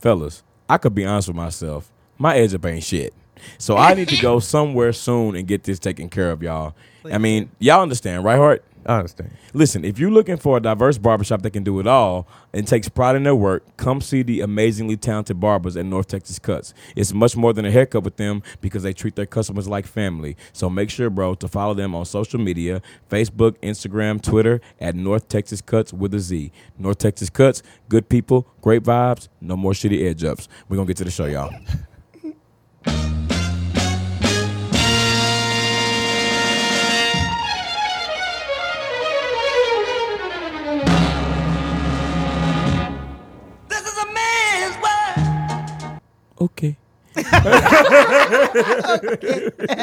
fellas, I could be honest with myself. My edge up ain't shit. So I need to go somewhere soon and get this taken care of, y'all. I mean, y'all understand, right, Hart? I understand. Listen, if you're looking for a diverse barbershop that can do it all and takes pride in their work, come see the amazingly talented barbers at North Texas Cuts. It's much more than a haircut with them because they treat their customers like family. So make sure, bro, to follow them on social media Facebook, Instagram, Twitter at North Texas Cuts with a Z. North Texas Cuts, good people, great vibes, no more shitty edge ups. We're going to get to the show, y'all. This is a man's world. Okay.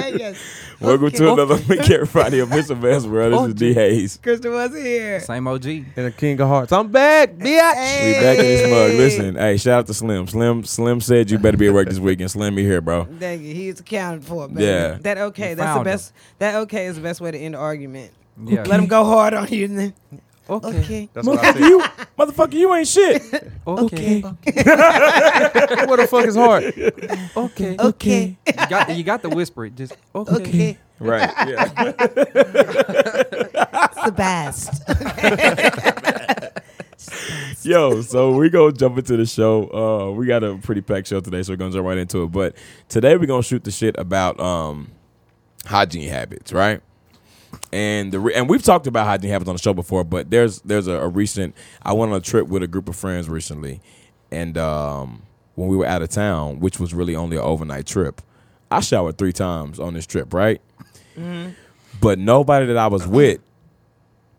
yes. Welcome to another Make Everybody of Mr. Vance World. This is D. Hayes. Krista was here. Same OG. And a king of hearts. I'm back, bitch. We back in this mug. Listen, hey, shout out to Slim. Slim, Slim said you better be at work this weekend. Slim, be here, bro. Thank you. He's accounted for. Baby. Yeah. That okay. You That's the found him. best. That okay is the best way to end the argument. Yeah. Let him go hard on you. and Then. Okay. Okay. That's what I said. You, motherfucker, you ain't shit. Okay. Okay. Where the fuck is heart? okay. Okay. You, got the, you got the whisper. it, Just okay. Okay. Right. Yeah. the best. Yo, so we gonna jump into the show. Uh, we got a pretty packed show today, so we're gonna jump right into it. But today we're gonna shoot the shit about um hygiene habits, right? and the re- and we've talked about hygiene habits on the show before, but there's there's a, a recent I went on a trip with a group of friends recently, and um, when we were out of town, which was really only an overnight trip, I showered three times on this trip, right? Mm-hmm. But nobody that I was with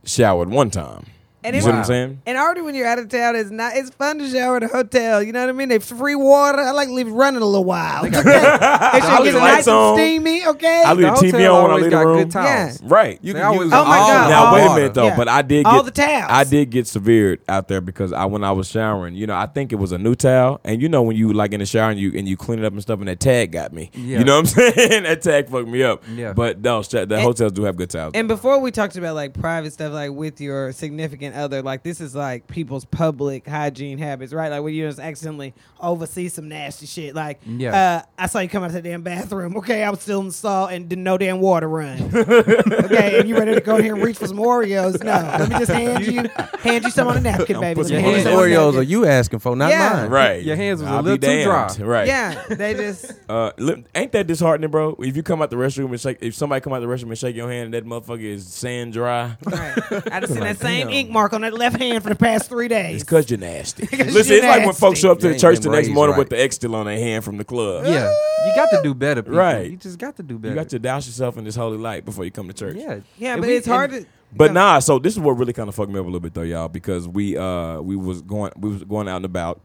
showered one time. And you it- see what I'm saying? And already when you're out of town, it's not. It's fun to shower at a hotel. You know what I mean? They free water. I like to leave it running a little while. Okay? it leave should the get nice lights and on. steamy. Okay. I leave the TV hotel on when I always leave the got room. good towels. Yeah. Right. You They can always use Oh my all God. the Now wait a water. minute though, Yeah. but I did All get the towels. I did get severed out there because I when I was showering, you know, I think it was a new towel, and you know when you like in the shower and you and you clean it up and stuff, and that tag got me. Yeah. You know what I'm saying? that tag fucked me up. Yeah. But no, sh- the hotels do have good towels. And before we talked about like private stuff, like with your significant other, like this is like people's public hygiene habits, right? Like when you just accidentally oversee some nasty shit. Like, Yeah. uh, I saw you come out of the damn bathroom. Okay, I was still in the stall and didn't know damn water run. okay, and you ready to go in here and reach for some Oreos? No, let me just hand you hand you some on a napkin, baby. put Let some me Yeah, hand you What hands some on a Oreos napkin. are you asking for? Not Yeah. mine. right. Your hands was a I'll little be too dry. damned. Right. Yeah, they just Uh, li- ain't that disheartening, bro? If you come out the restroom and shake, if somebody come out the restroom and shake your hand and that motherfucker is sand dry, right. I just seen that same ink mark on that left hand for the past three it's days. cause you're nasty. Listen, you're it's like when nasty. folks show up to You the ain't church been the next raised morning right. with the X still on their hand from the club. Yeah. You got to do better, people. Right. You just got to do better. You got to douse yourself in this holy light before you come to church. Yeah. Yeah, And but we- it's hard and- to. But nah, so this is what really kind of fucked me up a little bit though, y'all, because we uh we was going we was going out and about,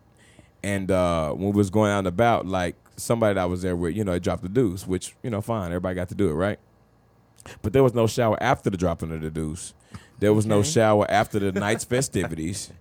and uh when we was going out and about, like somebody that I was there with, you know, it dropped the deuce, which you know, fine, everybody got to do it, right? But there was no shower after the dropping of the deuce. There was no shower after the night's festivities.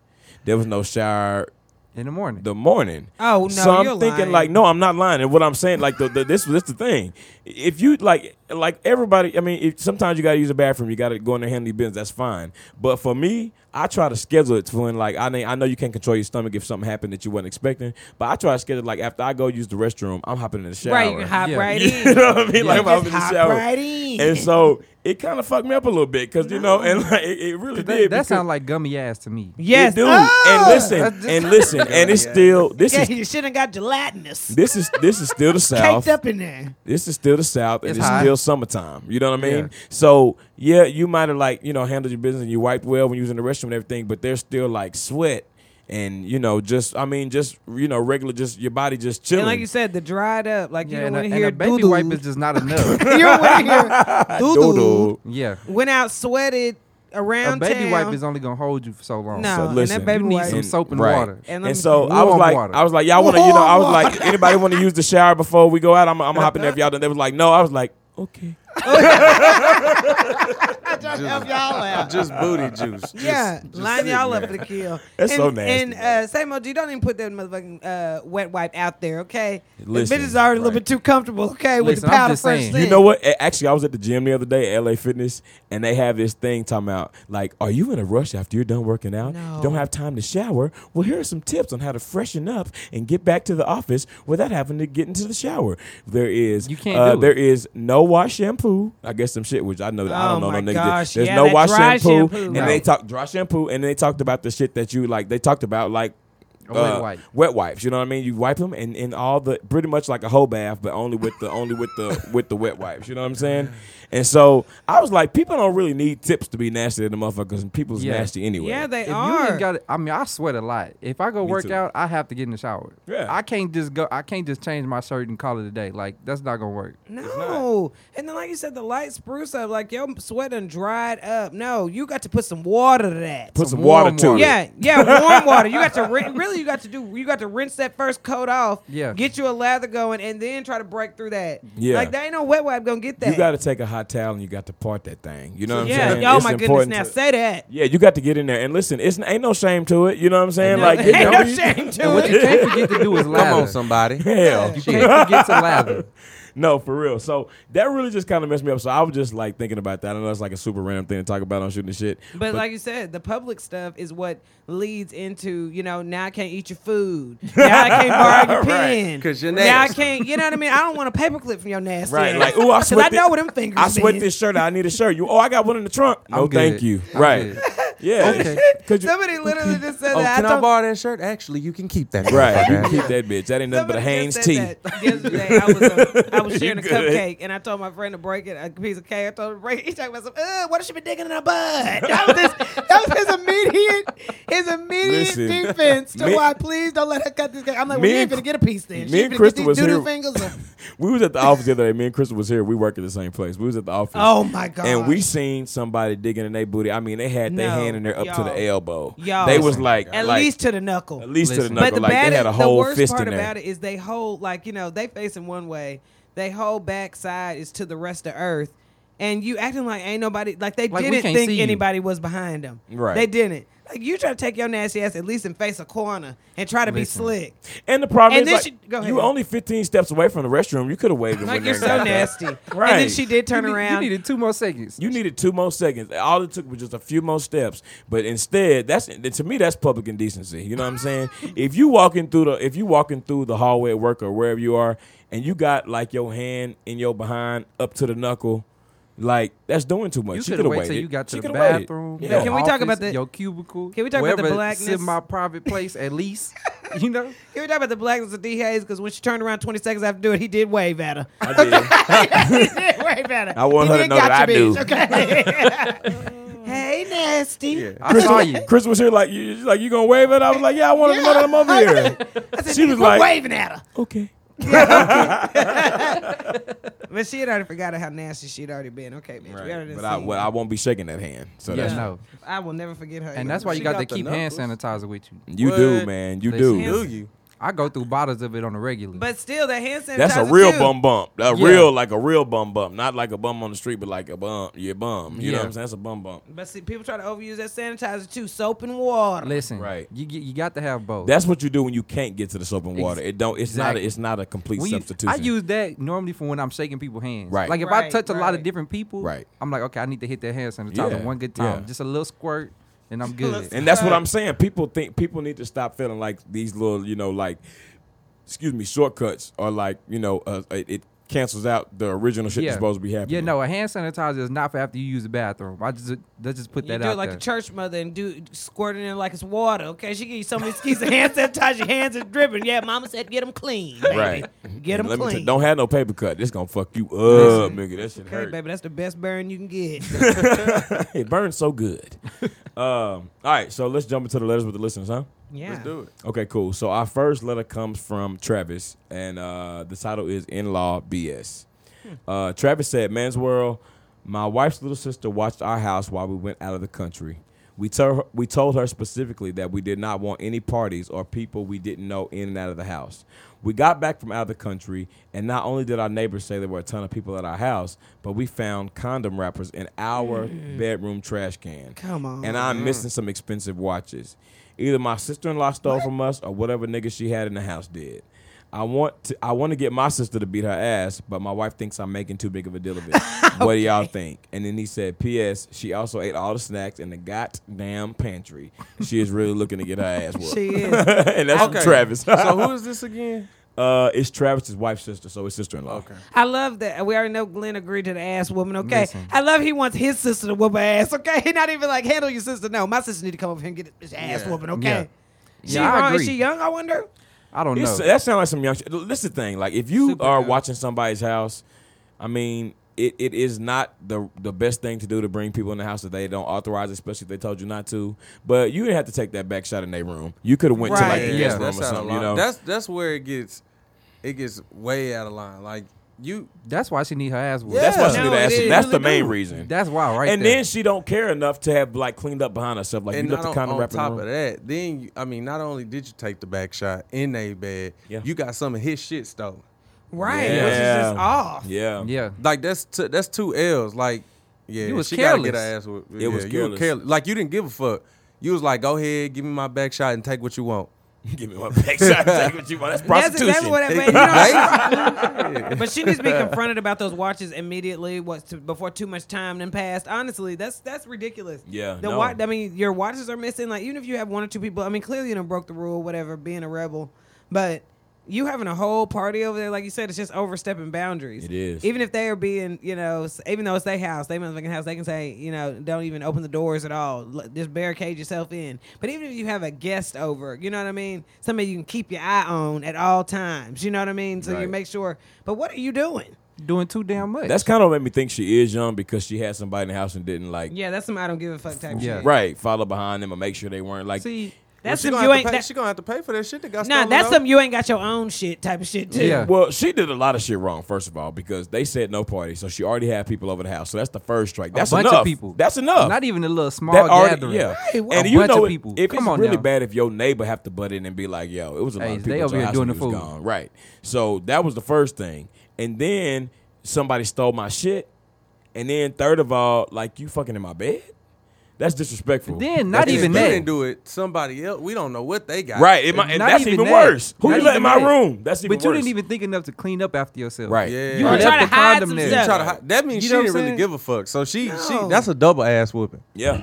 There was no shower in the morning. the morning. Oh, no, So I'm you're thinking lying. like, no, I'm not lying. And what I'm saying, like, the, the, this this the thing. If you like, like everybody, I mean, if, sometimes you gotta use a bathroom. You gotta go in there and handle your business. That's fine. But for me, I try to schedule it to when like I mean, I know you can't control your stomach if something happened that you wasn't expecting. But I try to schedule like after I go use the restroom, I'm hopping in the shower. Right, you can hop Yeah. right You in. know what I mean? Like if I Just was in the hop shower. right in. And so it kind of fucked me up a little bit because you know, and like it, it really that did. that because- sounds like gummy ass to me. Yes, it do. Oh! And listen, and listen, and it's still this Yeah, is you shouldn't got gelatinous. this is this is still the South. Caked up in there. This is still the South, and It's it's, hot. still summertime. You know what I mean? Yeah. So yeah, you might have like you know handled your business and you wiped well when you was in the restroom and everything, but there's still like sweat and you know just I mean just you know regular just your body just chilling. And like you said, the dried up, like you Yeah, don't and, a, want to and hear a baby doo-doo. wipe is just not enough. you don't want to hear doo-doo. Doodle. yeah. Went out sweated A around town. baby wipe is only gonna hold you for so long. No. So and that listen, baby You need wipe- some And- soap and right. water. And let And me- so I was Warm like, water. I was like, y'all want to, you know, I was Warm like, anybody want to use the shower before we go out? I'm, I'm hopping there if y'all. done. They was like, no. I was like, okay. I'm trying to help y'all out. Just booty juice. Just- yeah, just line sitting y'all up there. for the kill. That's and, so nasty, And uh, same old, you don't even put that motherfucking uh, wet wipe out there, okay? Listen, the bitches are already a little right. bit too comfortable, okay, with the Listen, I'm powder just first saying. thing. You know what? A- Actually, I was at the gym the other day at LA Fitness, and they have this thing talking about like, "Are you in a rush after you're done working out? You don't No. have time to shower? Well, here are some tips on how to freshen up and get back to the office without having to get into the shower. There is You can't uh, do it. there is no wash shampoo. I guess some shit which I know that I Oh don't know my no niggas. gosh, There's yeah, no that wash dry shampoo, shampoo, and no. they talk dry shampoo, and they talked about the shit that you like. They talked about like. A wet uh, wipe. wet wipes. You know what I mean? You wipe them and, and all the pretty much like a whole bath, but only with the only with the with the wet wipes. You know what I'm saying? And so I was like, people don't really need tips to be nasty to the motherfuckers, and people's Yeah. nasty anyway. Yeah, they If you are. ain't got it, I mean, I sweat a lot. If I go Me work too. out, I have to get in the shower. Yeah. I can't just go. I can't just change my shirt and call it a day. Like that's not gonna work. no. And then, like you said, the light spruce up, like your sweat done dried up. No, you got to put some water to that. Put some Some water warm to water. it. Yeah, yeah, warm water. You got to rin- really, you got to do. You got to rinse that first coat off. Yeah. get you a lather going, and then try to break through that. Yeah. like there ain't no wet wipe gonna get that. You got to take a hot towel and you got to part that thing. You know what I'm yeah, saying? oh It's my goodness. important Now to- say that. yeah, you got to get in there and listen. It's ain't no shame to it. You know what I'm saying? No, like, ain't get no your- shame to And what you it. can't forget to do is lather. Come on, somebody. hell. You can't forget to lather. No, for real. So that really just kind of messed me up. So I was just like thinking about that. I know that's like a super random thing to talk about on shooting the shit. But like you said, the public stuff is what leads into you know now I can't eat your food. Now I can't borrow your Right, pen 'cause you're Now I nasty. can't. You know what I mean? I don't want a paperclip from your nasty. Right, ass. like, ooh, I 'Cause sweat I know thi- what them fingers. I sweat been. this shirt. I need a shirt. You oh, I got one in the trunk. No, I'm thank good. you. I'm right. good. Yeah. Okay. Could you? Somebody literally just said Oh, that. can I I, don't- borrow that shirt? Actually, you can keep that. Right. You motherfucker. can keep that bitch. That ain't nothing but a Somebody Hanes just tea. said that Yesterday, I was, uh, I was sharing a You good? cupcake, and I told my friend to break it, a piece of cake. I told him to break it. He talking about some, uh, what has she been digging in her butt? That was his, that was his immediate, his immediate Listen, defense to me- why, please don't let her cut this cake. I'm like, well, me you ain't and gonna get a piece then. me She and finna Crystal get was these doodoo here- fingers. or- We was at the office the other day. Me and Crystal was here. We work at the same place. We was at the office. Oh my god! And we seen somebody digging in their booty. I mean, they had their No, hand in there up to the y'all. elbow. Y'all. They was like, at like, least to the knuckle. at least to the Listen. knuckle. But the like bad, e-, they had a the whole worst fist part in there. about it is they hold like you know they facing one way, they whole backside is to the rest of Earth, and you acting like ain't nobody like they Like, we didn't can't think see you. anybody was behind them. Right. They didn't. Like you try to take your nasty ass at least and face a corner and try to Listen. be slick. And the problem And is, then like, she- go ahead. you only 15 steps away from the restroom. You could have waited. Like when you're they so got there. nasty. And then Right. she did turn You need- around. You needed two more seconds. You needed two more seconds. All it took was just a few more steps. But instead, that's to me that's public indecency. You know what I'm saying? if you walking through the if you walking through the hallway at work or wherever you are, and you got like your hand in your behind up to the knuckle, like that's doing too much. You She could coulda have waited till waited. you got to She the coulda waited. bathroom. Yeah. Now, your can we talk office, about the- your cubicle? Can we talk about the wherever blackness? Sit in my private place at least. You know, Can we talk about the blackness of D Hayes? Because when she turned around 20 seconds after doing it, he did wave at her. I did. he did wave at her. I want He her to did know that got you, I bitch. Okay. hey, nasty. I saw you. Chris was here like you she's like you gonna wave at? her?" I was like, yeah, I wanted to know that I'm over here. I said, She "Nigga, was quit like- waving at her. okay. But she had already forgot how nasty she'd already been. Okay, bitch. We already But done I, seen well, it. I won't be shaking that hand. So Yeah, that's no. I will never forget her. And that's why you She got, got the to keep hand knuckles. sanitizer with you. you do, What? man. You They do. said- Do you? I go through bottles of it on a regular. But still, that hand sanitizer. That's a real too. bum bump. A Yeah. real like a real bum bump, not like a bum on the street, but like a bum, your bum. You know Yeah. what I'm saying? That's a bum bump. But see, people try to overuse that sanitizer too. Soap and water. listen, Right. You get- you got to have both. That's what you do when you can't get to the soap and water. It don't. It's not. A, Exactly. it's not a complete When you- substitution. I use that normally for when I'm shaking people's hands. Right. Like if I Right, touch a lot right. of different people, Right. I'm like, okay, I need to hit that hand sanitizer Yeah, one good time, yeah. just a little squirt, and I'm good. and that's what I'm saying. People think people need to stop feeling like these little, you know, like excuse me, shortcuts are like you know, uh, it, it cancels out the original shit yeah. that's supposed to be happening. Yeah, no, a hand sanitizer is not for after you use the bathroom. I just let's just put You that do out it like there. a church mother and do squirting it like it's water. Okay, she give you so many skis of hand sanitizer. Your hands are dripping. Yeah, Mama said get them clean. Baby. Right. Get them Let me clean. tell- don't have no paper cut. This gonna fuck you up, Listen. nigga. That shit okay, hurt. baby, that's the best burn you can get. it burns so good. um, all right, so let's jump into the letters with the listeners, huh? yeah. Let's do it. Okay, cool. So our first letter comes from Travis, and uh, the title is "In Law BS." Uh, Travis said, "Man's world. My wife's little sister watched our house while we went out of the country. We told her, we told her specifically that we did not want any parties or people we didn't know in and out of the house. We got back from out of the country, and not only did our neighbors say there were a ton of people at our house, but we found condom wrappers in our bedroom trash can. Come on. And I'm missing some expensive watches. Either my sister in law stole from us, or whatever nigga she had in the house did. I want to. I want to get my sister to beat her ass, but my wife thinks I'm making too big of a deal of it. What do y'all think? And then he said, "P.S. She also ate all the snacks in the goddamn pantry. She is really looking to get her ass whooped." She is. and that's from Travis. so who is this again? uh, it's Travis's wife's sister, so his sister-in-law. Okay. I love that. We already know Glenn agreed to the ass woman. Okay. I love he wants his sister to whoop her ass. Okay. He not even like handle your sister. No, my sister need to come over here and get his ass Yeah. whooping. Okay. She Yeah, I wrong? Is agree. she young? I wonder. I don't It's- know. That sounds like some young. shit. This is the thing. Like if you Super are young. watching somebody's house, I mean, it, it is not the the best thing to do to bring people in the house that they don't authorize, especially if they told you not to. But you didn't have to take that back shot in their room. You could have went to like Right. the Yeah, guest room or that's out of something. You line. know, That's that's where it gets it gets way out of line. Like you That's why she need her ass whooped. Yeah. that's why she No, did it that. is. That's Really the main do. reason. That's why, right and there. then she don't care enough to have like cleaned up behind herself. Like and you left not the on, condom on wrap in the top of room. that, then you, I mean, not only did you take the back shot in a bed, Yeah. you got some of his shit stolen. Right. Yeah. Which is just off. Yeah, yeah, Like that's t- that's two L's. Like yeah, You was she gotta get her careless. ass whooped. It was Yeah, you careless. Like you didn't give a fuck. You was like, go ahead, give me my back shot and take what you want. give me my back shot. Take what you want. That's prostitution. That's exactly what happened. You know, But she needs to be confronted about those watches immediately. What to, before too much time then passed. Honestly, that's that's ridiculous. Yeah, The no. wa- I mean, your watches are missing. Like even if you have one or two people, I mean, clearly you done broke the rule, whatever, being a rebel. But you having a whole party over there, like you said, it's just overstepping boundaries. It is. Even if they are being, you know, s- even though it's their house, they motherfucking house, they can say, you know, don't even open the doors at all. L- Just barricade yourself in. But even if you have a guest over, you know what I mean? Somebody you can keep your eye on at all times. You know what I mean? So you Right. make sure. But what are you doing? doing too damn much. That's kind of what made me think she is young because she had somebody in the house and didn't like Yeah, that's some I don't give a fuck type Yeah. shit. right follow behind them and make sure they weren't like see. That's she some gonna, you have ain't. to pay, that- she gonna have to pay for that shit that got nah, stolen. that's though. some you ain't got your own shit type of shit too. Yeah. well she did a lot of shit wrong first of all because they said no party so she already had people over the house so that's the first strike that's a bunch enough of people. that's enough Not even a little small that already gathering. yeah Right, well- and A you bunch know of it- people. if Come it's on really now. bad if your neighbor have to butt in and be like yo it was a lot Hey, of they people at over your here house doing when the you was food. gone. right so that was the first thing and then somebody stole my shit and then third of all like you fucking in my bed that's disrespectful Then not That's If even that. they didn't do it. Somebody else. We don't know what they got. Right. It might, and Not that's even even, that. worse. Who Not you let in even my that. room? That's even But you worse. didn't even think enough to clean up after yourself. Right. Yeah. You Right. left Trying the to hide condom some there. She stuff. try to hi- that means You she know what didn't I'm really saying? give a fuck. So she No. she that's a double ass whooping. Yeah.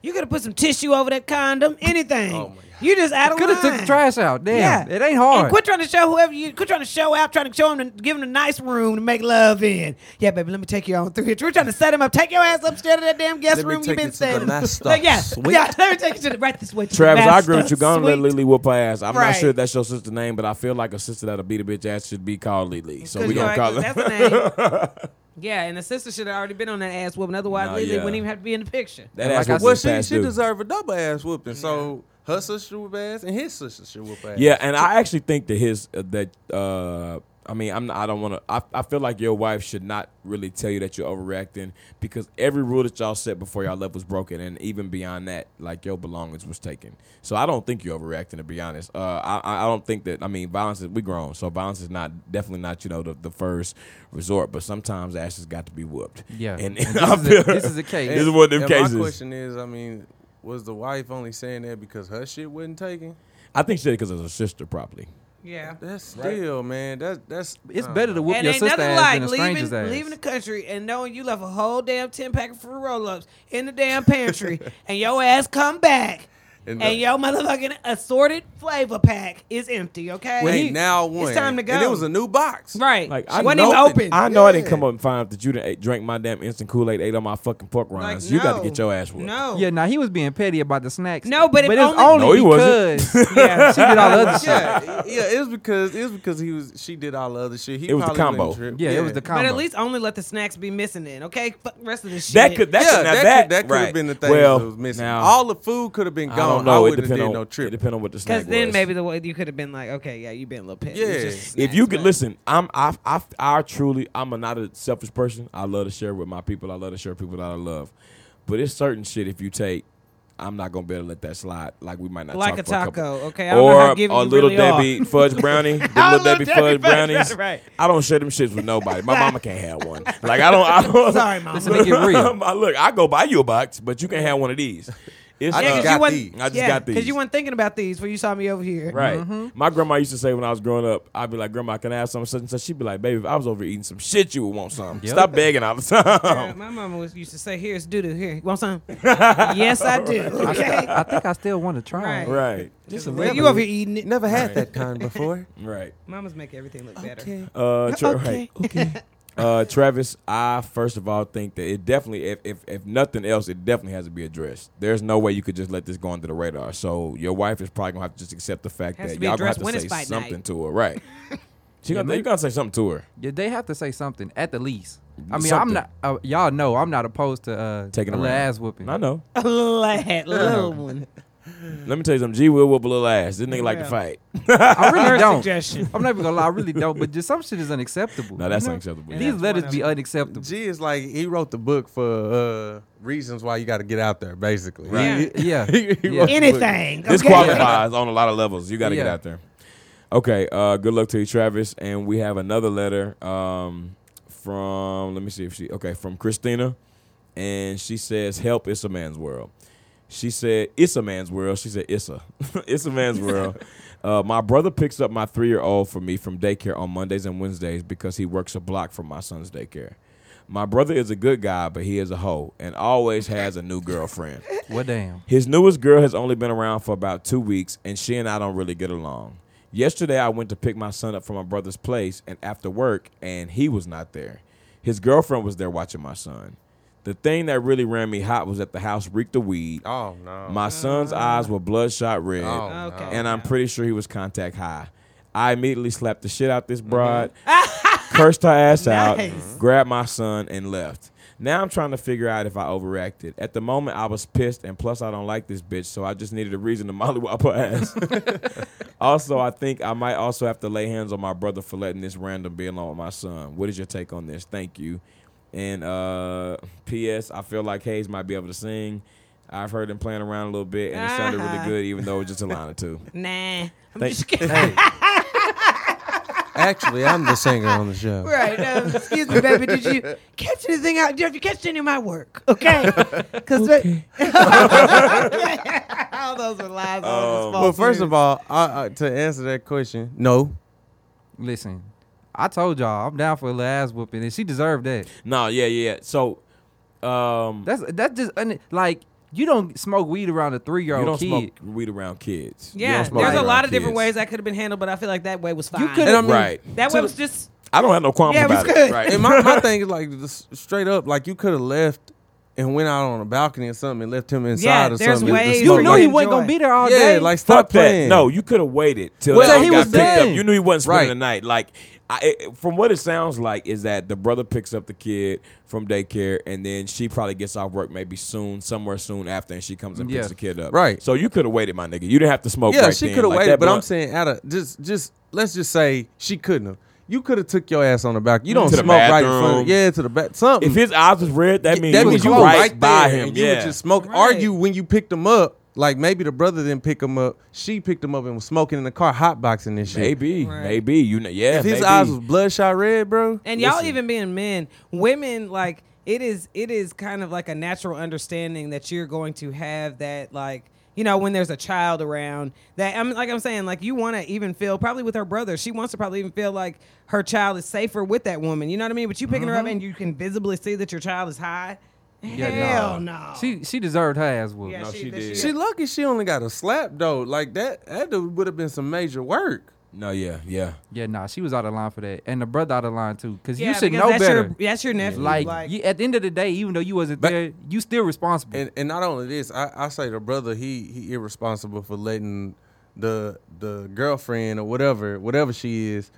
You could have put some tissue over that condom, anything. Oh, my God. You just out of Could have line. took the trash out. Damn, Yeah. it ain't hard. And quit trying to show whoever you quit trying to show out, trying to show him, give him a nice room to make love in. Yeah, baby, let me take you on through here. We're trying to set him up. Take your ass upstairs to that damn guest Let me room you've take been you to the staying. in. master Like, yeah, suite. yeah. Let me take you to the right this way. to the Travis, I master agree with you. Gonna let suite. Lily whoop her ass. I'm Right. not sure if that's your sister name, but I feel like a sister that'll beat a bitch ass should be called Lily. So Cause we you're gonna right, call 'cause her. That's the name. yeah, and the sister should have already been on that ass whooping. Otherwise, Nah, Lily yeah. wouldn't even have to be in the picture. That ass Like I was said- Well, was she past she due. deserve a double ass whooping. So her sister whoop ass and his sister should whoop ass. Yeah, and I actually think that his uh, that uh, I mean, I'm not, I don't want to. I, I feel like your wife should not really tell you that you're overreacting because every rule that y'all set before y'all left was broken, and even beyond that, like your belongings was taken. So I don't think you're overreacting. To be honest, uh, I I I don't think that. I mean, violence is we grown, so violence is not definitely not you know the, the first resort, but sometimes ass has got to be whooped. Yeah. and, And this I is a- feel- this is a case. This is one of them and cases. My question is, I mean, was the wife only saying that because her shit wasn't taken? I think she did because of her sister, probably. Yeah. That's still, man. That's that's It's uh, better to whoop And your ain't sister nothing ass like than a leaving, stranger's ass. leaving the country and knowing you left a whole damn 10 pack of fruit roll ups in the damn pantry and your ass come back and, And the- your motherfucking assorted flavor pack is empty, okay? Ain't now one. time to And go. it was a new box. Right. Like, Like, I she wasn't know even that- open. I know I didn't Yeah. come up and find out that you didn't ate, drank my damn instant Kool Aid, ate on my fucking pork Like, rinds. you got to no. get your ass whooped. No. yeah, now he was being petty about the snacks. No, but if it's only- only No, he wasn't. because she did all the other shit. yeah, yeah. It was because it was because he was she did all the other shit. He It was the probably wouldn't combo. trip. Yeah, it was the combo. But at least only let the snacks be missing then, okay? Fuck the rest of this shit. That could that yeah, could, now that, that, could, that could right. have been the thing well, that was missing. Now, all the food could have been I gone. I, don't know. It wouldn't have depend did on no It trip. depend on what the snack Because then was. maybe the way you could have been like, okay, yeah, you've been a little petty. Yeah. It's just if you snacks, could but- listen, I'm I I I truly I'm a, not a selfish person. I love to share with my people. I love to share with people that I love. But it's certain shit if you take I'm not gonna be able to let that slide. Like we might not Like talk a for couple- taco, okay? I don't know how or giving a you little really Debbie are. fudge brownie. The I little love Debbie fudge brownies. Right. I don't share them shits with nobody. My mama can't have one. Like I don't. I don't Sorry, mama. Listen, make it real. I- Look, I go buy you a box, but you can have one of these. It's, I uh, just you got wasn't- these. I just yeah, got these. you weren't thinking about these when you saw me over here. Right. Mm-hmm. My grandma used to say when I was growing up, I'd be like, Grandma, can I have some such and such? She'd be like, Baby, if I was over here eating some shit, you would want some. Yep. Stop begging all the Girl, time. my mama was used to say, "Here's doo doo. Here, you want some?" yes, I do. Okay. I think I still want to try. it. Right. right. Well, you over here eating it. Never had that kind before. Right. Mamas make everything look better. Okay. Uh, tra- Okay. Right. okay. Uh, Travis, I first of all think that it definitely, if, if if nothing else, it definitely has to be addressed. There's no way you could just let this go under the radar. So your wife is probably gonna have to just accept the fact Has that to be y'all gonna addressed have when to it's say fight night. something to her, right? She gonna, you gotta say something to her. Yeah, they have to say something at the least. I mean, Something. I'm not. Uh, y'all know I'm not opposed to uh, Taking a a little round. ass whooping. I know. Lad, little one. Let me tell you something. G will whoop a little ass. This nigga like to Yeah. fight. I really Her don't. suggestion. I'm not even gonna lie. I really don't. But just some shit is unacceptable. No, you that's know? unacceptable. Yeah. These That's letters one be of 'em. unacceptable. G is like he wrote the book for uh, reasons why you got to get out there, basically. Right. Yeah. He- he Yeah. wrote the book. Anything. This okay? qualifies on a lot of levels. You got to get Yeah. out there. Okay. Uh, good luck to you, Travis. And we have another letter um, from. Let me see if she. Okay, from Christina, and she says, "Help! It's a man's world." She said, "It's a man's world." She said, "It's a, it's a man's world." Uh, my brother picks up my three-year-old for me from daycare on Mondays and Wednesdays because he works a block from my son's daycare. My brother is a good guy, but he is a hoe and always has a new girlfriend. Well, damn. His newest girl has only been around for about two weeks, and she and I don't really get along. Yesterday, I went to pick my son up from my brother's place and after work, and he was not there. His girlfriend was there watching my son. The thing that really ran me hot was that the house reeked of weed. Oh no. My son's eyes were bloodshot red, Oh, no. Okay. and I'm pretty sure he was contact high. I immediately slapped the shit out this broad, cursed her ass Mm-hmm. Nice. out, grabbed my son, and left. Now I'm trying to figure out if I overreacted. At the moment, I was pissed, and plus, I don't like this bitch, so I just needed a reason to mollywop her ass. also, I think I might also have to lay hands on my brother for letting this random be alone with my son. What is your take on this? Thank you. And uh, P.S. I feel like Hayes might be able to sing. I've heard him playing around a little bit, and it sounded really Ah. good, even though it was just a line or two. Nah. I'm Thank- just kidding. Actually, I'm the singer on the show. Right. Um, excuse me, baby. Did you catch anything out? Did you catch any of my work? Okay. Because all those were lies. Um, Um, Well, first of all, I, I, to answer that question, no. Listen, I told y'all I'm down for a little ass whooping, and she deserved that. No, yeah, yeah. yeah. So, um, That's that's just un- like you don't smoke weed around a three year you don't old kid. smoke weed around kids. You yeah, don't smoke there's weed a lot around of different kids. ways that could have been handled, but I feel like that way was fine. could've- And I mean, right. that way was just. I don't have no qualms Yeah, it was about it. good. Right. And my, my thing is like just straight up, like you could have left and went out on a balcony or something and left him inside Yeah, or there's something. ways Just for You smoke knew Like, he like- wasn't enjoy. gonna be there all Yeah, day. like stop Fuck playing. that. No, you could have waited till Well, that he got was picked done. up. You knew he wasn't spending Right. the night. Like, I, it, from what it sounds like, is that the brother picks up the kid from daycare, and then she probably gets off work maybe soon, somewhere soon after, and she comes and Yeah. picks the kid up. Right. So you could have waited, my nigga. You didn't have to smoke. Yeah, right she then. could have Like, waited, that but I'm blunt- saying out of just just let's just say she couldn't have. You could have took your ass on the back. You don't To the smoke right in front. bathroom. Of, yeah, to the back. Something. if his eyes was red, that means that you means was you close. were right, right by there him. and yeah. You were just smoking. Right. Argue when you picked him up. Like maybe the brother didn't pick him up. She picked him up and was smoking in the car, hotboxing this shit. Maybe, Right. maybe you know, yeah. If his maybe. eyes was bloodshot red, bro. And y'all even being men, women like it is it is kind of like a natural understanding that you're going to have that like you know when there's a child around that I'm like I'm saying like you want to even feel probably with her brother she wants to probably even feel like her child is safer with that woman you know what I mean but you picking her up and you can visibly see that your child is high Mm-hmm. Yeah, hell nah. no She she deserved her ass whooping. yeah, No, she that did. she lucky she only got a slap though. Like that that would have been some major work. no, yeah, yeah. Yeah, nah, she was out of line for that, and the brother out of line too, because yeah, you should because know that's better. your, that's your nephew like, like you, at the end of the day, even though you wasn't But- there, you still responsible. And and not only this, I, I say the brother he he irresponsible for letting the the girlfriend or whatever whatever she is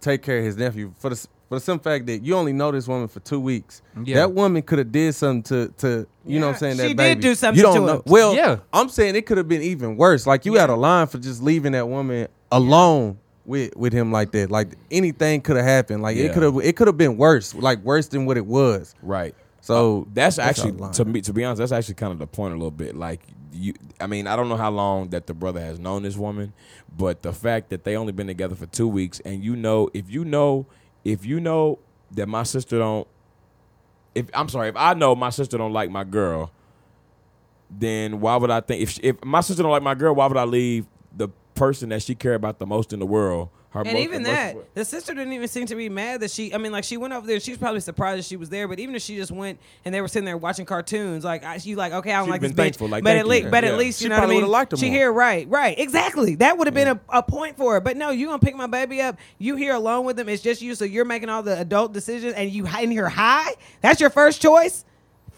take care of his nephew for the s- for the simple fact that you only know this woman for two weeks. Yeah. That woman could have did something to to you know what I'm Yeah. saying She that did baby. do something you don't to know. him. Well, Yeah. I'm saying it could have been even worse. Like you had a line for just leaving that woman alone. With, with him like that, like anything could have happened. Like Yeah. it could have, it could have been worse, like worse than what it was. Right. So That's that's actually our line. to me. To be honest, that's actually kind of the point a little bit. Like you I mean, I don't know how long that the brother has known this woman, but the fact that they only been together for 2 weeks and you know if you know if you know that my sister don't if I'm sorry, if I know my sister don't like my girl, then why would I think if she, if my sister don't like my girl, why would I leave the person that she care about the most in the world? Her And most- even most- that, the sister didn't even seem to be mad that she. I mean, like she went over there. She was probably surprised that she was there. But even if she just went and they were sitting there watching cartoons, like I, she like, okay, I don't She'd like been this thankful, bitch. like, but thank at least, you. but Yeah. at least She you know what I probably mean. would've liked her she more. here, right, right, exactly. That would have been a, a point for her. But no, you gonna pick my baby up. You here alone with them. It's just you. So you're making all the adult decisions, and you hi- in here high. That's your first choice.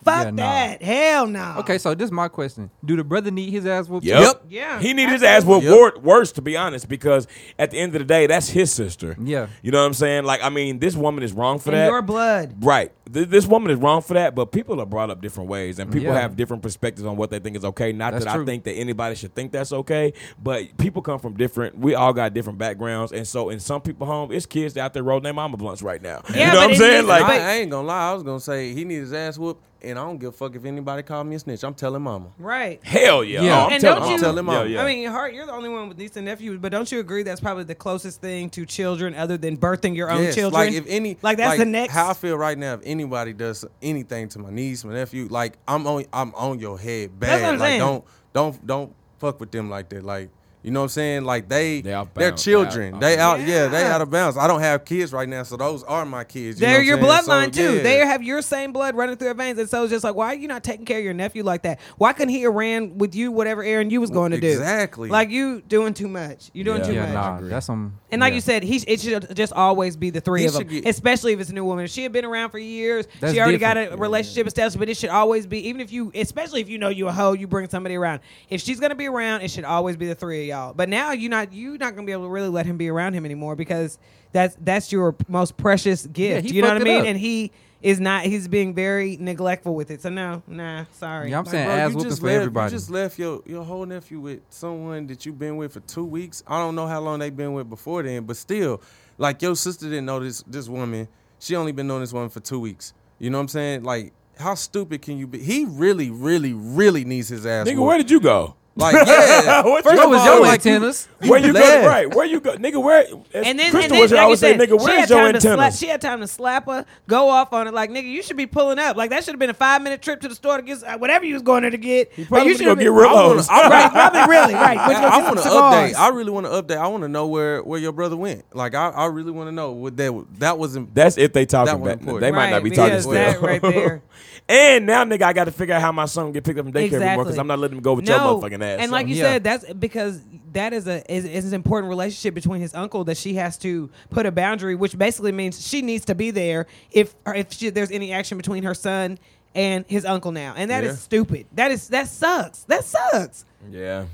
Fuck Yeah, nah. that. Hell no. Okay, so this is my question: Do the brother need his ass whooped? Yep. Yep. Yeah, He needed his ass whooped Yep. wor- worse, to be honest, because at the end of the day, that's his sister. Yeah. You know what I'm saying? Like, I mean, this woman is wrong for In that. your blood. Right. Th- this woman is wrong for that, but people are brought up different ways and people Yeah. have different perspectives on what they think is okay. Not That's that I true. think that anybody should think that's okay, but people come from different, we all got different backgrounds. And so in some people home, it's kids out there rolling their mama blunts right now. you Yeah, know but what I'm it saying? needs- Like, but- I, I ain't gonna lie. I was gonna say he needs his ass whooped, and I don't give a fuck if anybody call me a snitch. I'm telling mama. Right. hell yeah. Yeah. Oh, I'm And telling don't I'm you- telling mama. I Yeah, yeah. I mean, Hart, you're the only one with niece and nephews, but don't you agree that's probably the closest thing to children other than birthing your own Yes, children? Like if any, like that's the next. How I feel right now, if anybody does anything to my niece, my nephew, like I'm on, I'm on your head bad. That's what I'm like saying. don't, don't, don't fuck with them like that. Like you know what I'm saying? Like they, They they out are bounds. children. They out- they out, yeah. they Yeah. out of bounds. I don't have kids right now, so those are my kids. You know they're your what I'm saying? bloodline So, too. yeah. They have your same blood running through their veins, and so it's just like, why are you not taking care of your nephew like that? Why couldn't he have ran with you whatever errand you was going to do? exactly. Like you doing too much. You doing Yeah. too much. Yeah, nah, that's some. And like yeah. you said, he it should just always be the three He of them, should get- especially if it's a new woman. If she had been around for years, That's she already different. got a relationship established. But it should always be, even if you, especially if you know you a hoe, you bring somebody around. If she's gonna be around, it should always be the three of y'all. But now you not you not gonna be able to really let him be around him anymore because that's that's your most precious gift. he you know what I fucked it mean? up. And he is not. He's being very neglectful with it. So no, nah, sorry. Yeah, I'm Like, saying Bro, ass you whoopings just for left, everybody. You just left your, your whole nephew with someone that you've been with for two weeks. I don't know how long they've been with before then, but still, like your sister didn't know this this woman. She only been knowing this woman for two weeks. You know what I'm saying? Like, how stupid can you be? He really, really, really needs his ass. Nigga, whooped. where did you go? Like, yeah. What First you- Where of was all, your like, antennas? Where you go? left. Right. Where you go? Nigga, where? And then, Crystal and was here. then like I you would say, said, nigga, she had where's your time to slap. antennas? She had time to slap her, go off on it. Like, nigga, you should be pulling up. Like, that should have been a five minute trip to the store to get uh, whatever you was going there to get. But probably you was gonna should've been- get real I wanna- hoes. I- right, probably really right. Which I, I, want to cigars. update. I really want to update. I want to know where, where your brother went. Like, I, I really want to know what that that wasn't. That's if they That talking one back. important. They might Right, not be talking because still. that right there. and now, nigga, I got to figure out how my son get picked up from daycare anymore exactly. because I'm not letting him go with your No, motherfucking ass. And like you Yeah. said, that's because that is a is, is an important relationship between his uncle that she has to put a boundary, which basically means she needs to be there if or if she, there's any action between her son and his uncle now, and that is Yeah. stupid. That is that sucks. That sucks. yeah,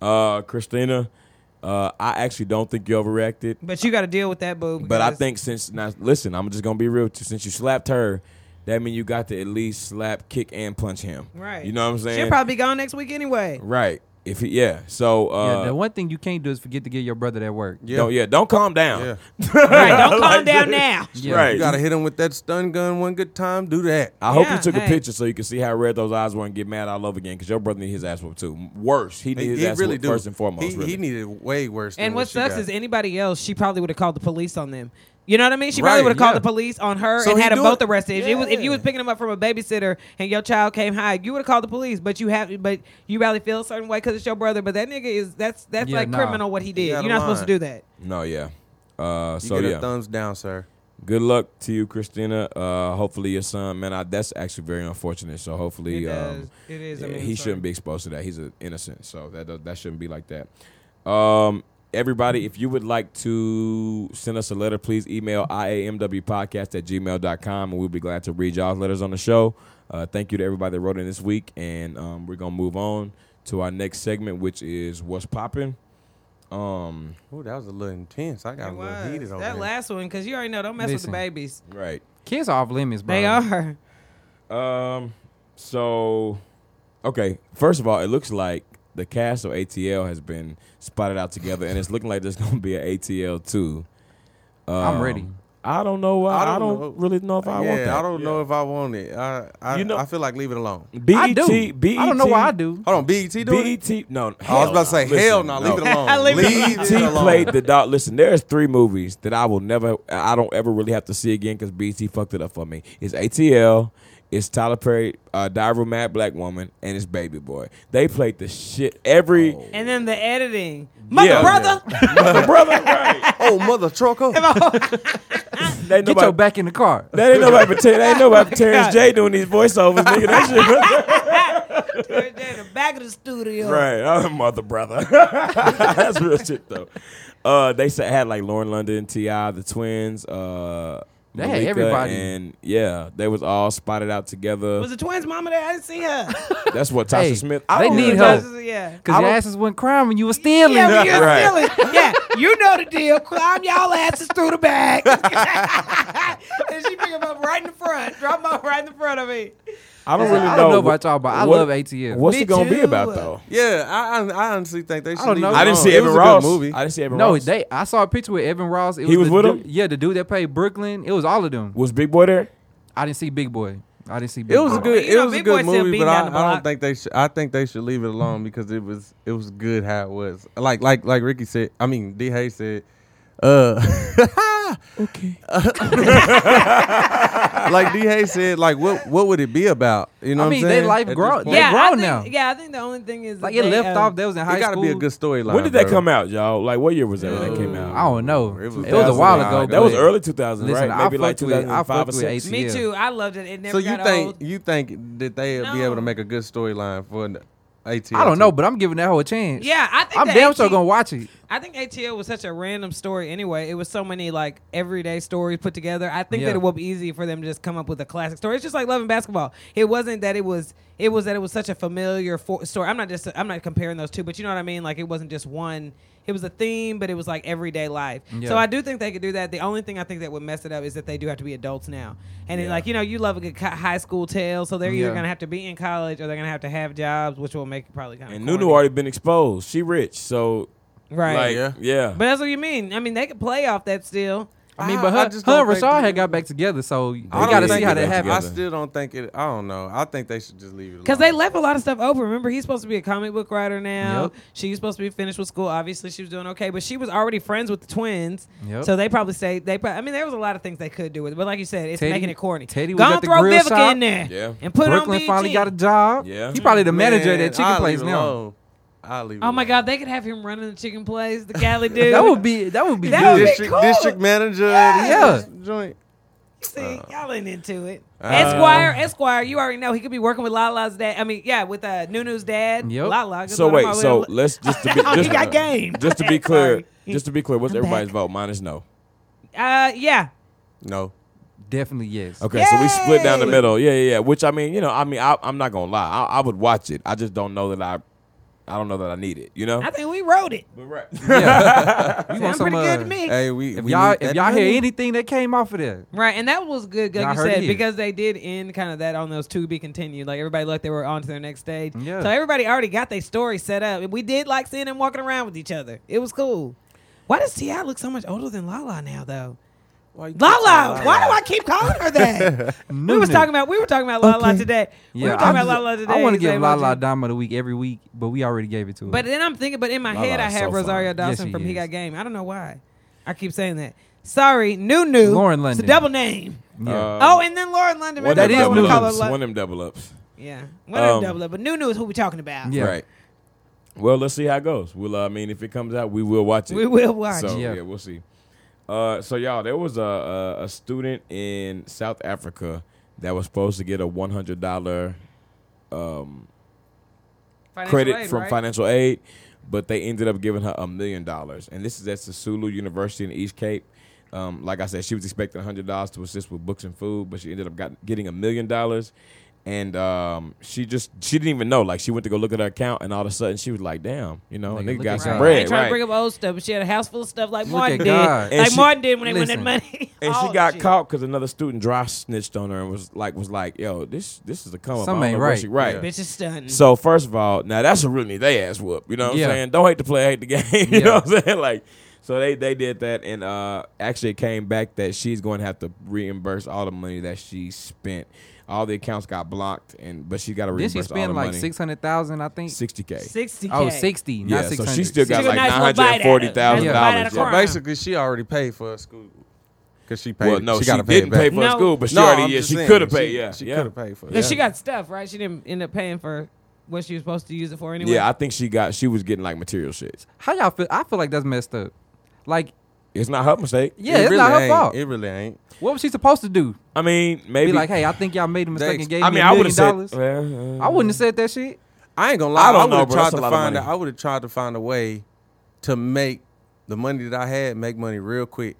uh, Christina, uh, I actually don't think you overreacted, But you got to deal with that, boo. but I because- think since now, listen, I'm just gonna be real. Too, since you slapped her, that means you got to at least slap, kick, and punch him. right. You know what I'm saying? She'll probably be gone next week anyway. right. If he, yeah. So uh, Yeah, the one thing you can't do is forget to get your brother that work. Yeah. don't yeah, don't calm down. Yeah. Right? Don't calm Like down that. now. Yeah. Right. You got to hit him with that stun gun one good time. Do that. I hope you Yeah, took a hey. picture so you can see how red those eyes were and get mad all over again because your brother need his ass whooped too. Worse, he needed He, his he ass really whooped do. first and foremost. He, really. he needed way worse. than And what she sucks got. is anybody else, she probably would have called the police on them. You know what I mean? She probably Right, would have called yeah. the police on her So and he had them do both it- arrested. If It was, if you was picking them up from a babysitter and your child came high, you would have called the police. But you have, but you probably feel a certain way because it's your brother. But that nigga is that's that's Yeah, like nah. criminal what he did. You're outta not supposed to line. do that. No, yeah. Uh, You so get yeah, a thumbs down, sir. good luck to you, Christina. Uh, hopefully your son, man, I, that's actually very unfortunate. So hopefully, It does. um, It is, I yeah, mean, he sorry. shouldn't be exposed to that. He's an innocent, so that does- that shouldn't be like that. Um, everybody, if you would like to send us a letter, please email iamwpodcast at gmail.com, and we'll be glad to read y'all's letters on the show. Uh, thank you to everybody that wrote in this week, and um, we're gonna move on to our next segment, which is what's popping. Um, Ooh, that was a little intense. I got a It little was. heated over that there. last one because you already know don't mess Listen. with the babies. right. Kids are off limits, bro. They are. Um. So, okay. First of all, it looks like the cast of ATL has been spotted out together, and it's looking like there's going to be an ATL two. I'm ready. I don't know why. I I don't, don't know. really know if I want that. I don't know if I want it. I, I, You know- I feel like leave it alone. BET, I do. BET, I don't know why I do. Hold on, BET do it. Oh, BET, E no. I was about to say, hell hell no. no, Listen, leave it alone. Leave it alone. BT played the dog. Listen, there's three movies that I will never, I don't ever really have to see again because BT fucked it up for me. It's ATL, it's Tyler Perry, uh, Diver Mad Black Woman, and it's Baby Boy. They played the shit every. Oh. And then the editing. Mother Yeah. brother. Mother, brother, right? Oh, mother trucker. They ain't Get nobody- your back in the car. That ain't nobody but Ter- that ain't nobody but Terrence J doing these voiceovers, nigga. That shit. Right there in the back of the studio. right. I'm mother brother. That's real shit though. Uh, they said had like Lauren London, T.I., the twins, uh They had Malika, everybody. and yeah, they was all spotted out together. Was the twins' mama there? I didn't see her. That's what Tasha Hey, Smith. they don't need really help. know. Yeah. Cause I your don't- asses wasn't crying when you were stealing. Yeah, but you're Right. stealing. Yeah, you know the deal. Climb y'all asses through the back. and she pick 'em up right in the front. Drop 'em off right in the front of me. I don't Yeah, really I don't know what- about y'all, but I love ATL. What's Me it gonna be too. about though? yeah, I, I, I honestly think they should. don't leave know. it I didn't alone. see Uh, It Evan was a good Ross. movie. I didn't see Evan No, Ross. they. I saw a picture with Evan Ross. It He was the with dude- him? Yeah, the dude that played Brooklyn. It was all of them. was Big Boy there? I didn't see Big Boy. I didn't see. Big It was Boy. a good. You know, It was a Big Boy good still movie, beating but down I, I the block. don't think they. Should, I think they should leave it alone because it was. It was good how it was. Like like like Ricky said. I mean D Hay said. Uh, Okay. like D Hay said. Like what what would it be about? You know I what mean, I'm they saying? life At this grown- point, They're Yeah, I grown think, now. yeah, I think the only thing is Like that it they, left um, off. That was in high It school. got to be a good storyline. When did that bro. come out, y'all? Like what year was that when that came I out? don't know. It It was was, a while 2000. ago. That was but- early 2000s, Listen, right? I Maybe like fucked with- I 2005 or fucked with 6. AT. Me Yeah. too. I loved it. It never So you got think old. you think that they'll be able No. to make a good storyline for an ATL? I don't know, but I'm giving that whole a chance. Yeah, I think I'm the damn 18 sure gonna watch it. I think ATL was such a random story anyway. It was so many like everyday stories put together. I think Yeah. that it will be easy for them to just come up with a classic story. It's just like Love and Basketball. It wasn't that it was. It was that it was such a familiar fo- story. I'm not just. I'm not comparing those two, but you know what I mean. Like it wasn't just one. It was a theme, but it was like everyday life. Yeah. So I do think they could do that. The only thing I think that would mess it up is that they do have to be adults now. And it, like you know, you love a good co- high school tale, so they're either Yeah. gonna have to be in college or they're gonna have to have jobs, which will make it probably kind of. And Nunu already been exposed. She rich, so right? like yeah. Yeah. But that's what you mean. I mean, they could play off that still. I mean, I- but her, I her just don't and think Rashad they- had got back together, so we I don't gotta think see how they- that got happens. together. I still don't think it. I don't know. I think they should just leave it alone. Because they left a lot of stuff open. Remember, he's supposed to be a comic book writer now. Yep. She was supposed to be finished with school. Obviously, she was doing okay, but she was already friends with the twins. Yep. So they probably say they. Pro- I mean, there was a lot of things they could do with it, but like you said, it's Teddy- making it corny. Teddy was Go at and the throw grill Vivica shop. in there. Yeah. And put it on Brooklyn BET. finally got a job. Yeah. he probably the manager Man, at that chicken I'll place leave it now. alone. I'll leave it Oh my alone. God, they could have him running the chicken place. The Cali dude. That would be that would be That would good. be district cool. district manager. Yeah. yeah. Joint. See, y'all ain't into it. Uh, Esquire, Esquire, you already know he could be working with Lala's dad. I mean, yeah, with uh, Nunu's dad. Yep. Lala. So Good Lord, wait, I'm so already- let's just to be Oh, just, you got game. just to be clear, Sorry. just to be clear, what's I'm everybody's back. vote? Mine is no. Uh, yeah. No. Definitely yes. Okay, so we split down the Yay! middle. Yeah, yeah, yeah. Which I mean, you know, I mean, I, I'm not gonna lie, I, I would watch it. I just don't know that I, I don't know that I need it. You know. I think we wrote it. But right. You uh, Sound pretty good to me. Hey, we. If we y'all need if that y'all money. hear anything that came off of that, Right, and that was good, like Y'all you heard it said, here. because they did end kind of that on those to be continued. Like everybody looked, they were on to their next stage. Yeah. So everybody already got their story set up. We did like seeing them walking around with each other. It was cool. Why does Ti look so much older than Lala now, though? Why you keep calling Lala, her why Lala? do I keep calling her that? we was Nunu. talking about we were talking about Lala today. We were talking I about just- Lala today. I want He's to give like, Lala "Well, Dime of the week every week, but we already gave it to her. But then I'm thinking, but in my head, I is have so Rosario fine. Dawson Yes, from she He is. Got Game. I don't know why. I keep saying that. Sorry, Nunu. It's Lauren a London. double name. yeah. oh, and then Lauren London. one Remember that that is is I double wanna Nunu's. call her ups. Lo- One of them double ups. yeah, one of Um, them double up. But Nunu is who we're talking about. Yeah. Right. Well, let's see how it goes. We'll. Uh, I mean, if it comes out, we will watch it. We will watch So it. yeah, Yeah. we'll see. Uh, so y'all, there was a, a a student in South Africa that was supposed to get a one hundred dollar um, Financial credit aid, from right? financial aid, but they ended up giving her a million dollars. And this is at Sisulu University in East Cape. Um, like I said, she was expecting hundred dollars to assist with books and food, but she ended up got, getting a million dollars. And um, she just she didn't even know. Like she went to go look at her account, and all of a sudden she was like, "Damn, you know, Nigga, nigga look got at some God. I bread." ain't trying to right? bring up old stuff, but she had a house full of stuff like Look Martin at did, God. And like she- Martin did when Listen. they won that money. and All she the got shit. caught because another student dry snitched on her and was like, was like, "Yo, this this is a come up. I Something don't ain't know what right. She, right. Bitch is stunned. So first of all, now that's a really they ass whoop. You know what Yeah. I'm saying? Don't hate the player, hate the game. you Yeah. know what I'm saying? Like, So they they did that, and uh, actually it came back that she's going to have to reimburse all the money that she spent. All the accounts got blocked, and but she got to reimburse Didn't she all the spend like money. six hundred thousand? I think. sixty k. Sixty. Oh, 60, Yeah, not six so hundred. she still got She got like a nice nine little hundred bite out and of it. forty thousand Nice bite dollars. out of So crime. basically, she already paid for her school because she paid. Well, no, she, gotta pay it didn't pay back. for her No. school, but she No, I'm already yeah, just she saying, could have paid. Yeah, she yeah. could have paid for it. Cause she got stuff right. She didn't end up paying for what she was supposed to use it for anyway. Yeah, I think she got she was getting like material shit. How y'all feel? I feel like that's messed up. Like, It's not her mistake. yeah, it's not her ain't. fault. It really ain't. what was she supposed to do? I mean, maybe Be like, hey, I think y'all made a mistake They- and gave I me mean, a I would million have said. dollars. well, uh, I wouldn't have said that shit. I ain't gonna lie. I I, don't would know, have bro. tried That's a to lot of find. A, money. I would have tried to find a way to make the money that I had make money real quick.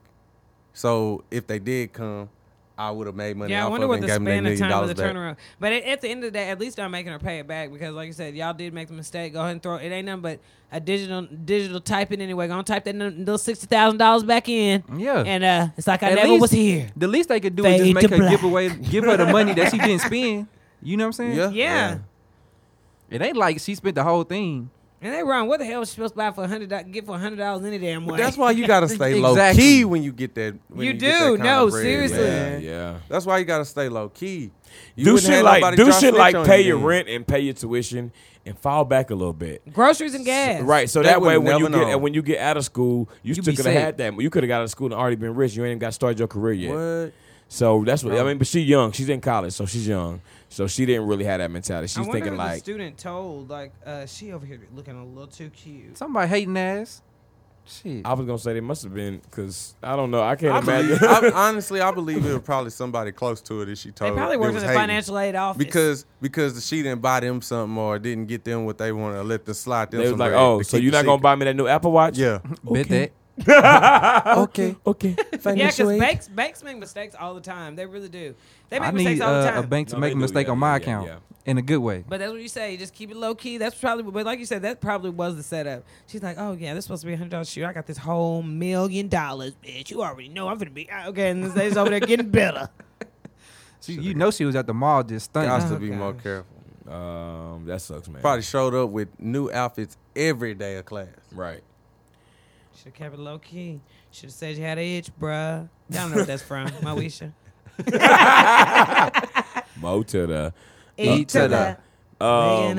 So if they did come, I would have made money. Yeah, I off wonder of it what and the gave 'em their span of million time was a dollars back. turnaround. But at, at the end of the day, at least I'm making her pay it back because, like you said, y'all did make the mistake. Go ahead and throw it. Ain't nothing but a digital digital typing anyway. Gonna type that n- little sixty thousand dollars back in. Yeah. and uh, it's like I At never least- was here. The least they could do Fade is just make to her give black. away, give her the money that she didn't spend. You know what I'm saying? Yeah. Yeah. It ain't like she spent the whole thing. And they wrong. What the hell was she supposed to buy for a hundred? do- Get for a hundred dollars any damn way. But that's why you gotta stay low Exactly. key when you get that. When You you, get do. that kind of No, bread, seriously. yeah, man. yeah. That's why you gotta stay low key. You do wouldn't shit have like nobody do drop shit snitch like on pay you your then. rent and pay your tuition and fall back a little bit. groceries and gas. Right, so They that would way when never you get know. and when you get out of school, you, You still be could have set. had that. You could have got out of school and already been rich. You ain't even got started your career yet. What? So that's what I mean. But she young. She's in college, so she's young. So she didn't really have that mentality. I She's wonder thinking if the like, student told like uh, she over here looking a little too cute. Somebody hating ass. Shit. I was gonna say they must have been because I don't know. I can't I imagine. believe, I, honestly, I believe it was probably somebody close to it that she They told. probably that worked in was the hating. financial aid office because because she didn't buy them something or didn't get them what they wanted. or Let them slide them. they was some like, bread oh, to so keep you're the not gonna secret." buy me that new Apple Watch? Yeah, Bet that. Okay. Okay. yeah, because banks banks make mistakes all the time. They really do. They make I mistakes need all the uh, time. a bank to No, make they a do. mistake Yeah, on my yeah, yeah, account in a good way. But that's what you say. Just keep it low key. That's probably. But like you said, that probably was the setup. She's like, oh yeah, this supposed to be a hundred dollars shoe. I got this whole million dollars, bitch. You already know I'm gonna be okay. And this lady's over there getting better. She, you know she was at the mall just got to stunting. be gosh. more careful. Um, that sucks, man. Probably showed up with new outfits every day of class. right. Should have kept it low key. Should have said you had an itch, bruh. Y'all know what that's from, Moesha. Mo to the. Eat to the- Um,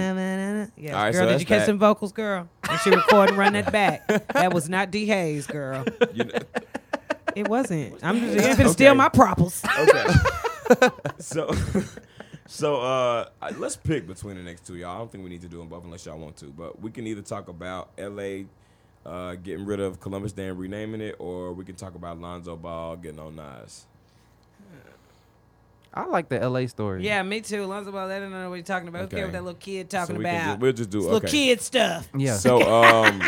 yes, all right, so girl, that's did you catch that. some vocals, girl? And she recorded, run that back. That was not D Hayes, girl. you know- It wasn't. I'm just you gonna steal my propels. Okay. so, so uh, I- let's pick between the next two, y'all. I don't think we need to do them both unless y'all want to. But we can either talk about L.A. Uh, getting rid of Columbus Day and renaming it, or we can talk about Lonzo Ball getting on Nas. I like the LA story. Yeah, me too. Lonzo Ball, I don't know what you're talking about. Who Okay. cares what that little kid talking So we about? can just, we'll just do It's okay. little kid stuff. Yeah. So, um,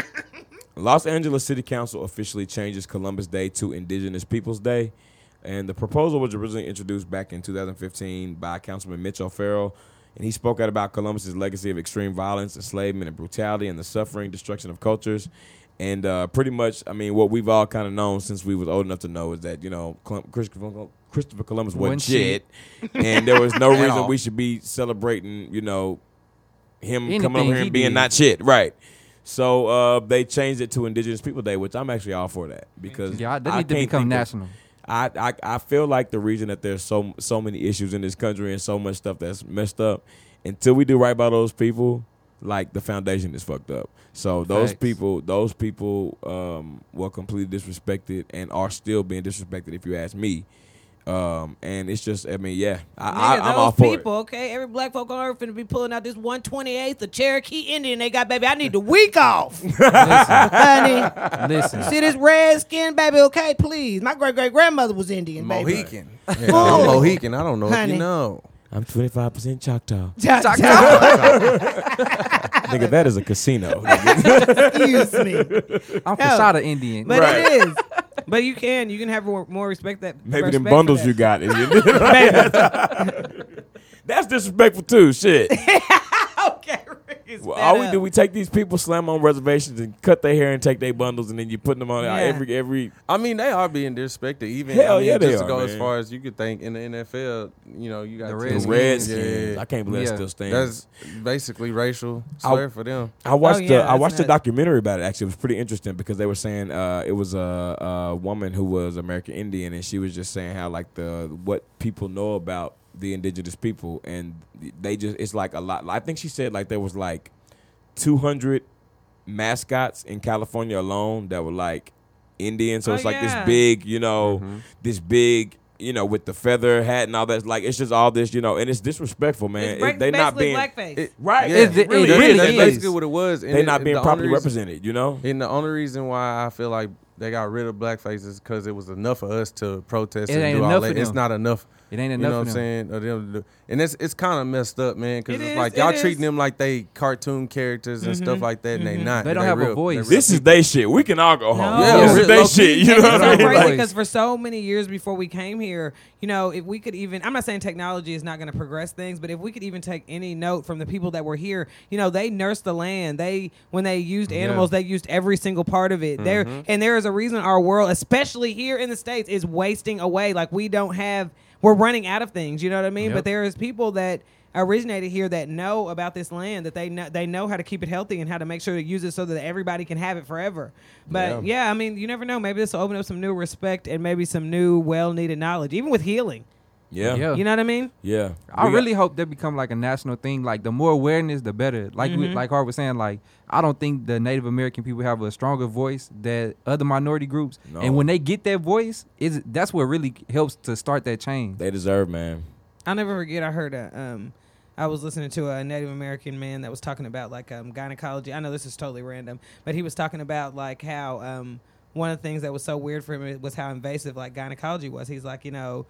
Los Angeles City Council officially changes Columbus Day to Indigenous Peoples Day. And the proposal was originally introduced back in 2015 by Councilman Mitch O'Farrell. And he spoke out about Columbus's legacy of extreme violence, enslavement, and brutality, and the suffering, destruction of cultures. And uh, pretty much, I mean, what we've all kind of known since we was old enough to know is that, you know, Colum- Christopher Christopher Columbus wasn't Wasn't shit. And there was no At reason all. we should be celebrating, you know, him Anything coming over here he and being did. not shit. Right. So uh, they changed it to Indigenous People Day, which I'm actually all for that because Yeah, that I need to can't become think of- national. I, I I feel like the reason that there's so so many issues in this country and so much stuff that's messed up, until we do right by those people, like the foundation is fucked up. So those Facts. people, those people um, were completely disrespected and are still being disrespected, if you ask me. Um, and it's just, I mean, yeah, I, I, Nigga, I'm those all for people, it. okay? Every black folk on earth finna be pulling out this 128th of Cherokee Indian they got, baby. I need the week off, Listen, honey. listen. See this red skin, baby? Okay, please. My great great grandmother was Indian, baby. Mohican, yeah, I'm Mohican. I don't know if Honey. you know. I'm 25 percent Choctaw. Ta- ta- Nigga, that is a casino. Excuse me, I'm No. Casada Indian. but Right. it is. But you can, you can have more more respect that Maybe respect them for bundles that. you got. is That's disrespectful too. Shit. okay, Rick is fix Well, that all we up. do, we take these people, slam on reservations, and cut their hair and take their bundles, and then you put them on uh, Yeah. every every. I mean, they are being disrespected. Even Hell I mean, yeah, they just to are, go as man. far as you could think in the NFL, you know, you got The The Redskins. teams- Redskins. Yeah. I can't believe Yeah. that still stands. That's basically racial I- slur for them. I watched Oh, yeah, the I that's watched the nuts. documentary about it. Actually, it was pretty interesting because they were saying uh, it was a, a woman who was American Indian, and she was just saying how like the what people know about the indigenous people, and they just it's like a lot. I think she said like there was like two hundred mascots in California alone that were like Indian. So Oh, it's like yeah. this big, you know, Mm-hmm. this big. You know, with the feather hat and all that, like it's just all this, you know, and it's disrespectful, man. It's break- It- they not basically being blackface. It- right. Yeah. It- it really really is. that's is. basically what it was. and They're it- not and being the only properly reason- represented, you know? And the only reason why I feel like they got rid of blackface is because it was enough of us to protest. It and ain't do all enough that. of It's them. not enough. It ain't You know enough what of I'm them. saying? Of them to do- And it's it's kind of messed up, man. Because It it's is, like it y'all is. treating them like they cartoon characters and stuff like that, and they not. Mm-hmm. They don't have a real- voice. they real This is they shit. We can all go home. No. Yeah, this real is they low-key. shit. You know It's what I so mean? Right. crazy Like, because for so many years before we came here, you know, if we could even, I'm not saying technology is not going to progress things, but if we could even take any note from the people that were here, you know, they nursed the land. They, when they used animals, they used every single part of it. Mm-hmm. There, and there is a reason our world, especially here in the States, is wasting away. Like we don't have, we're running out of things, you know what I mean? Yep. But there is people that, originated here that know about this land that they know they know how to keep it healthy and how to make sure to use it so that everybody can have it forever but yeah, I mean, you never know. Maybe this will open up some new respect and maybe some new, well needed knowledge, even with healing. yeah. Yeah. Yeah. You know what I mean? I We got- really hope that become like a national thing. Like the more awareness, the better. Like Mm-hmm. we, like Hart was saying, like I don't think the Native American people have a stronger voice than other minority groups. No. And when they get that voice, is that's what really helps to start that change. They deserve, man. I'll never forget. I heard a, um, I was listening to a Native American man that was talking about like um, gynecology. I know this is totally random, but he was talking about like how um, one of the things that was so weird for him was how invasive like gynecology was. He's like, you know,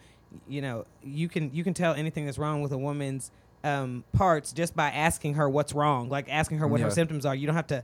you know, you can you can tell anything that's wrong with a woman's um, parts just by asking her what's wrong, like asking her what her Yeah. symptoms are. You don't have to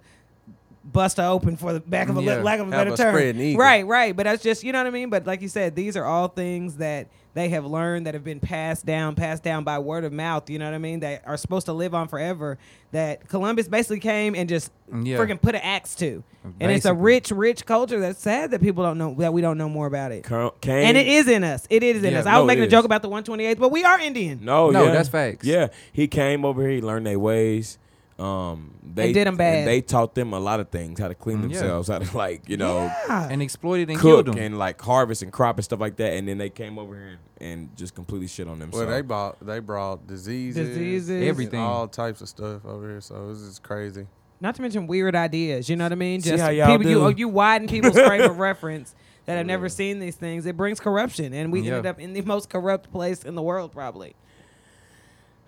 bust her open for the back of a Yeah. lack of a Have better a term. spreading eagle. Right, right. But that's just you know what I mean. But like you said, these are all things that they have learned that have been passed down, passed down by word of mouth. You know what I mean? That are supposed to live on forever. That Columbus basically came and just Yeah. freaking put an axe to. And it's a Basically. rich, rich culture. That's sad that people don't know that we don't know more about it. Cur- Kane. and it is in us. It is in Yeah, us. I was no, it making a is. joke about the 128th, but we are Indian. No, No, yeah. that's facts. Yeah. He came over here, he learned their ways. Um, they And did 'em bad. and they taught them a lot of things, how to clean Mm, yeah. themselves, how to like, you know, Yeah. and exploited and killed cook them. and like harvest and crop and stuff like that. And then they came over here and, and just completely shit on themselves. Well, they brought they brought diseases, Diseases. and Everything. all types of stuff over here. So it's just crazy. Not to mention weird ideas. You know what I mean? See Just how y'all people you do. oh, you widen people's frame of reference that have never seen these things. It brings corruption, and we Yeah. ended up in the most corrupt place in the world, probably.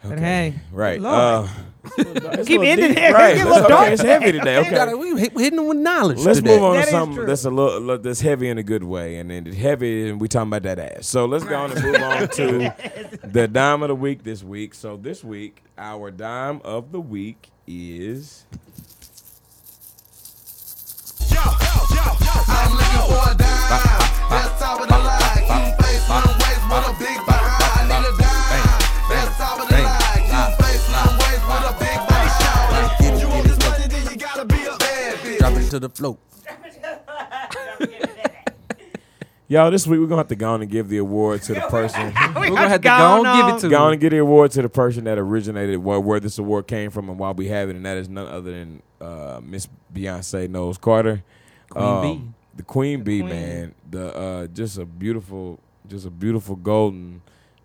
But hey, right. Lord. Uh, keep ending it. right. Get That's a little okay. dark. It's heavy today. Okay. we hitting them with knowledge. Let's move on That to is something true. that's a little li- that's heavy in a good way, and then heavy, and we talking about that ass. So let's go on and move on to the dime of the week this week. So this week, our dime of the week is I'm looking for a dime. That's all with a lie. Keep face, long ways, with a big behind. I need a dime. That's all with a lie. Keep face, long ways, with a big behind. If you want this money, then you gotta be a bad bitch. Drop it to the float. y'all. This week we're gonna have to go on and give the award to the person. We're gonna have to gone go and give on. it to go on them. and give the award to the person that originated where, where this award came from and why we have it, and that is none other than uh, Miss Beyonce Knowles Carter, Um, Queen Bee. the Queen Bee, Queen. man. The uh, just a beautiful, just a beautiful golden,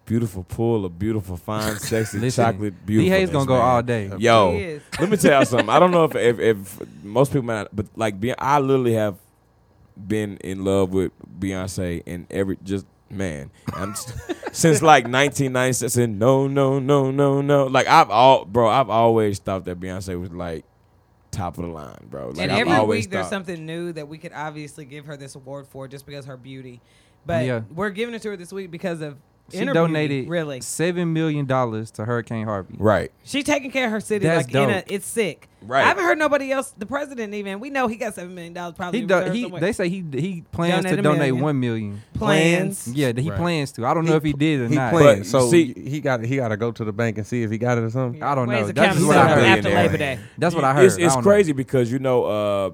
beautiful pull of beautiful, fine, sexy Listen, chocolate beauty. D Hayes gonna go all day. He Yo, is. let me tell you something. I don't know if if, if most people might, not, but like, Beyonce, I literally have been in love with Beyonce and every just man. I'm s- since like 1996. Since no, no, no, no, no. Like I've all, bro. I've always thought that Beyonce was like top of the line, bro. Like and I've every always week there's thought- something new that we could obviously give her this award for just because her beauty. But Yeah. we're giving it to her this week because of She interviewed, donated really. seven million dollars to Hurricane Harvey. Right. She taking care of her city That's like in a, dope. it's sick. Right. I haven't heard nobody else. The president even. We know he got seven million dollars probably. He, in do, reserve he somewhere. they say he he plans Donate a to donate million. one million. Plans. Yeah, that he Right. plans to. I don't know if he did or He not. planned, But so see- he got he got to go to the bank and see if he got it or something. I don't Ways know. of That's counting what I dollars heard. after Labor Day. That's what I heard. It's, it's I don't know. crazy because you know, uh,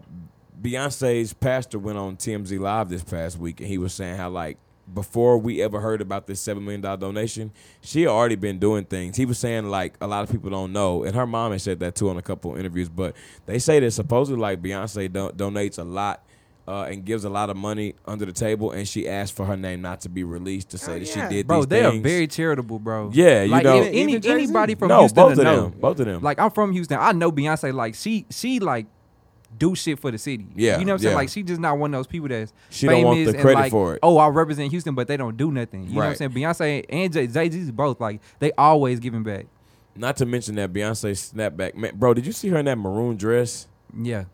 Beyonce's pastor went on TMZ Live this past week, and he was saying how like before we ever heard about this seven million dollar donation, she had already been doing things. He was saying like a lot of people don't know, and her mom has said that too on a couple of interviews. But they say that supposedly like Beyonce don- donates a lot. Uh, and gives a lot of money under the table, and she asked for her name not to be released to say that Oh, yeah. she did Bro, these they things. are very charitable, bro. Yeah, you like, know- any- any, Even Jay-Z? anybody from no, Houston both of to know. them, both of them. Like I'm from Houston. I know Beyonce. Like she she like do shit for the city. Yeah, you know what I'm saying. yeah. Like she just not one of those people that's She famous don't want the and credit like, for it. Oh, I represent Houston, but they don't do nothing. You know Right. what I'm saying. Beyonce and Jay Jay Z both like they always giving back. Not to mention that Beyonce snapback, man, bro. Did you see her in that maroon dress? Yeah.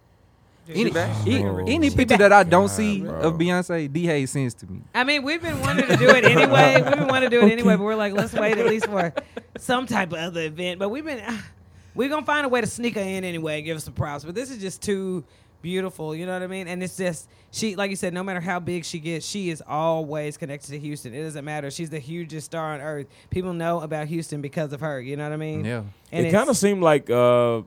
she Any, back. any- Oh, any she picture that I don't see bro. of Beyonce, D Hay sends to me. I mean, we've been wanting to do it anyway. We've been wanting to do it anyway, but we're like, let's wait at least for some type of other event. But we've been, ah, we're gonna find a way to sneak her in anyway and give us some props. But this is just too beautiful, you know what I mean? And it's just she, like you said, no matter how big she gets, she is always connected to Houston. It doesn't matter. She's the hugest star on earth. People know about Houston because of her. You know what I mean? Yeah. And it kind of it's- seemed like, uh,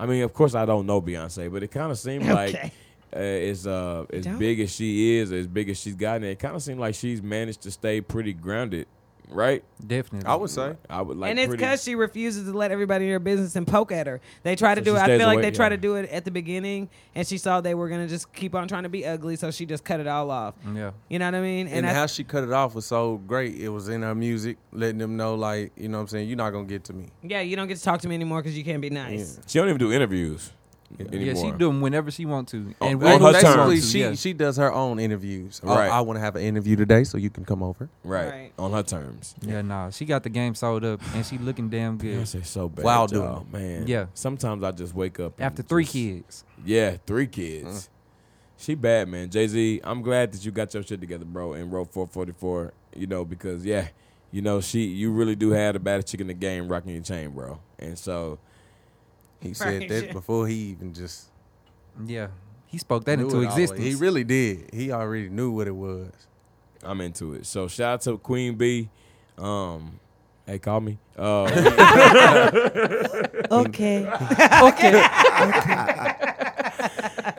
I mean, of course, I don't know Beyonce, but it kind of seemed like Okay. uh, as uh, as Don't. big as she is, as big as she's gotten, it kind of seemed like she's managed to stay pretty grounded, right? Definitely. I would say. I would like, and it's pretty- because she refuses to let everybody in her business and poke at her. They try to So do she it. I stays feel like away- they try yeah. to do it at the beginning, and she saw they were going to just keep on trying to be ugly, so she just cut it all off. Yeah. You know what I mean? And, and I, how she cut it off was so great. It was in her music, letting them know, like, you know what I'm saying, you're not going to get to me. yeah, you don't get to talk to me anymore because you can't be nice. she don't even do interviews Yeah, anymore. she do them whenever she want to. On- And on her when she terms. want Basically, to, she, yeah. she does her own interviews. Oh, Right. I want to have an interview today, so you can come over. right. Right. on her terms. Yeah, nah, she got the game sold up and she looking damn good. Beyonce so bad, Wow, dude. y'all. man. Yeah. Sometimes I just wake up and After three just- kids, Yeah, three Uh-huh. kids. She bad, man. Jay Z, I'm glad that you got your shit together, bro, and wrote 444. You know, because yeah, you know she, you really do have the baddest chick in the game rocking your chain, bro. And so He said Right. that before he even just yeah, he spoke that knew into it all. existence. He really did. He already knew what it was. I'm into it. So shout out to Queen B. Um, hey, call me. Uh, Okay.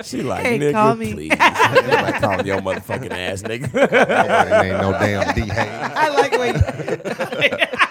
she like Hey, nigga, call me." please. Nobody calling your motherfucking ass, nigga. Nobody ain't no damn D Hayes I like when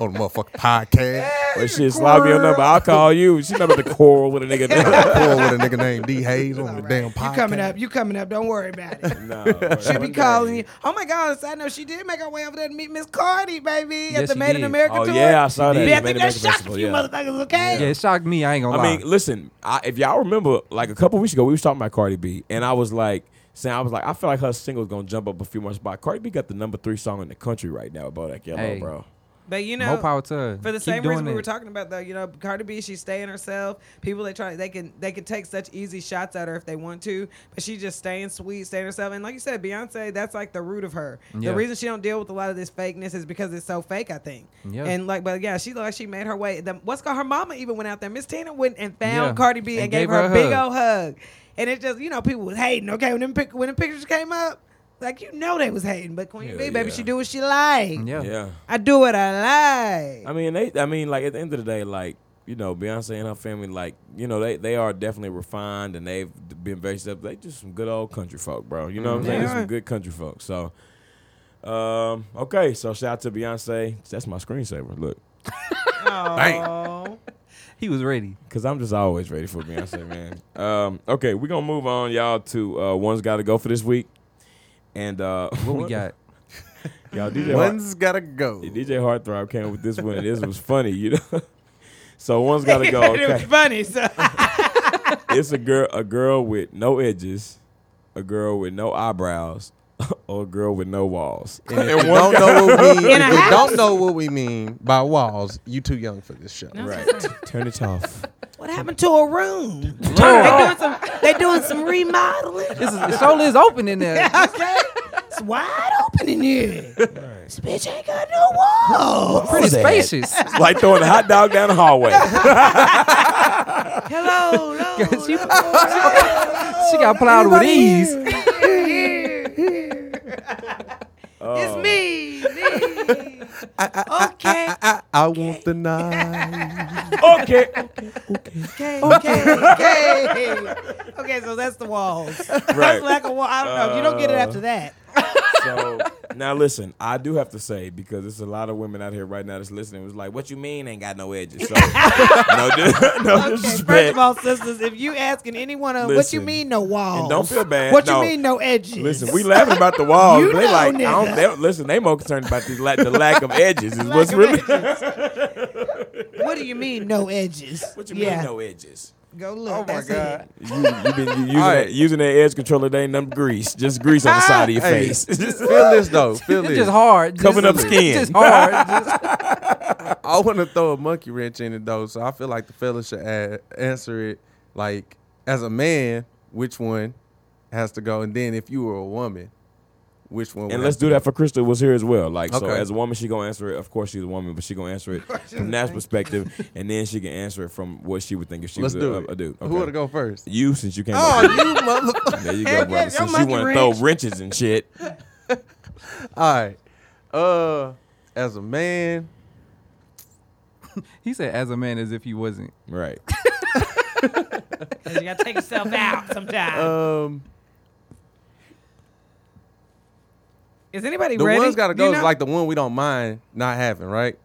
on the motherfucking podcast. but shit, slide me your number. I'll call you. She's not about to quarrel with a nigga. now. Poor with a nigga named D Hayes on the damn podcast. you coming up. You coming up. Don't worry about it. Nah, bro. She be calling you. Oh my God! I know she did make her way over there to meet Miss Cardi, baby, at Yes, the she Made in did. America Oh tour. yeah, I saw that. Be Yeah, at the Made in good America shots, Festival, you yeah. motherfuckers. Okay. yeah, it shocked me. I ain't gonna I lie. mean, listen, I, if y'all remember, like a couple weeks ago, we was talking about Cardi B, and I was like saying, I was like, I feel like her single's gonna jump up a few more spots. Cardi B got the number three song in the country right now, Bodak Yellow, Hey. bro. But you More know, power to her. for the Keep same doing reason we that. were talking about though you know cardi b she's staying herself people they try they can they can take such easy shots at her if they want to but she's just staying sweet staying herself and like you said beyonce that's like the root of her Yeah. the reason she don't deal with a lot of this fakeness is because it's so fake i think Yeah. and like but yeah she looked like she made her way the, what's called her mama even went out there miss tina went and found Yeah. cardi b and, gave, her a hug. big old hug and it just you know people was hating okay when them pic- when the pictures came up like you know they was hating but queen Hell b baby yeah. she do what she like Yeah. Yeah, i do what i like I mean, they, I mean, like at the end of the day, like you know, Beyonce and her family, like you know, they they are definitely refined and they've been very stuff. They just some good old country folk, bro. You know what I'm They saying? They are. some good country folk. So, um, okay, so shout out to Beyonce. That's my screensaver. Look. Bang. He was ready. Cause I'm just always ready for Beyonce, man. Um, okay, we're gonna move on, y'all, to uh, one's got to go for this week, and uh, What we got? y'all, DJ Hart, One's got to go. DJ Heartthrob came up with this one, and this was funny, you know. so one's got to go. it was Okay, funny. So it's a girl, a girl with no edges, a girl with no eyebrows, or a girl with no walls. And if you don't know what we, In a if you house. don't know what we mean by walls, you too young for this show. Right. Turn it off. what happened to a room? they doing some. They doing some remodeling. This is the show is open in there. Okay, it's wide open in here. This bitch ain't got no walls. Pretty that? spacious. It's like throwing a hot dog down the hallway. Hello, she, hello. she got plowed with ease. Oh. It's me, me. okay, I, I want the knife. okay. okay, okay, okay. Okay, so that's the walls. Right. Uh, That's like a wall. I don't know. You don't get it after that. So now listen, I do have to say because there's a lot of women out here right now that's listening. Was like, what you mean ain't got no edges? So, no, dis- no Okay, disrespect. first of all, sisters, if you asking anyone, uh, what you Listen. mean no walls? And don't feel bad. What No. you mean no edges? Listen, we laughing about the walls. You they know, like, I nigga. don't, they, listen, they more concerned about these la- the lack of edges. Is what's Lack of really? edges. what do you mean no edges? What you mean no edges? Go look. Oh my that's God. It. You, you been u- using, Alright. that, using that edge controller. They ain't nothing but grease, just grease Ah! on the side of your Hey. face. Feel this though. Feel It's this. just hard. Just- Covering up it's skin. Just hard. Just- I want to throw a monkey wrench in it though, so I feel like the fellas should a answer it like as a man, which one has to go, and then if you were a woman, which one? would And have let's to do that for Crystal was here as well. Like so, Okay. as a woman, she gonna answer it. Of course, she's a woman, but she gonna answer it from that perspective, and then she can answer it from what she would think if she Let's was do a, it. a, a dude. Who would to go first? You since you came. Oh, up here. you motherfucker! there you go, yeah, brother. your Since you monkey want to throw wrenches and shit, All right. Uh, as a man, he said, "As a man, as if he wasn't." right? 'Cause You gotta take yourself out sometimes. um, is anybody the ready? one's got to Do go you is know? like the one we don't mind not having, right?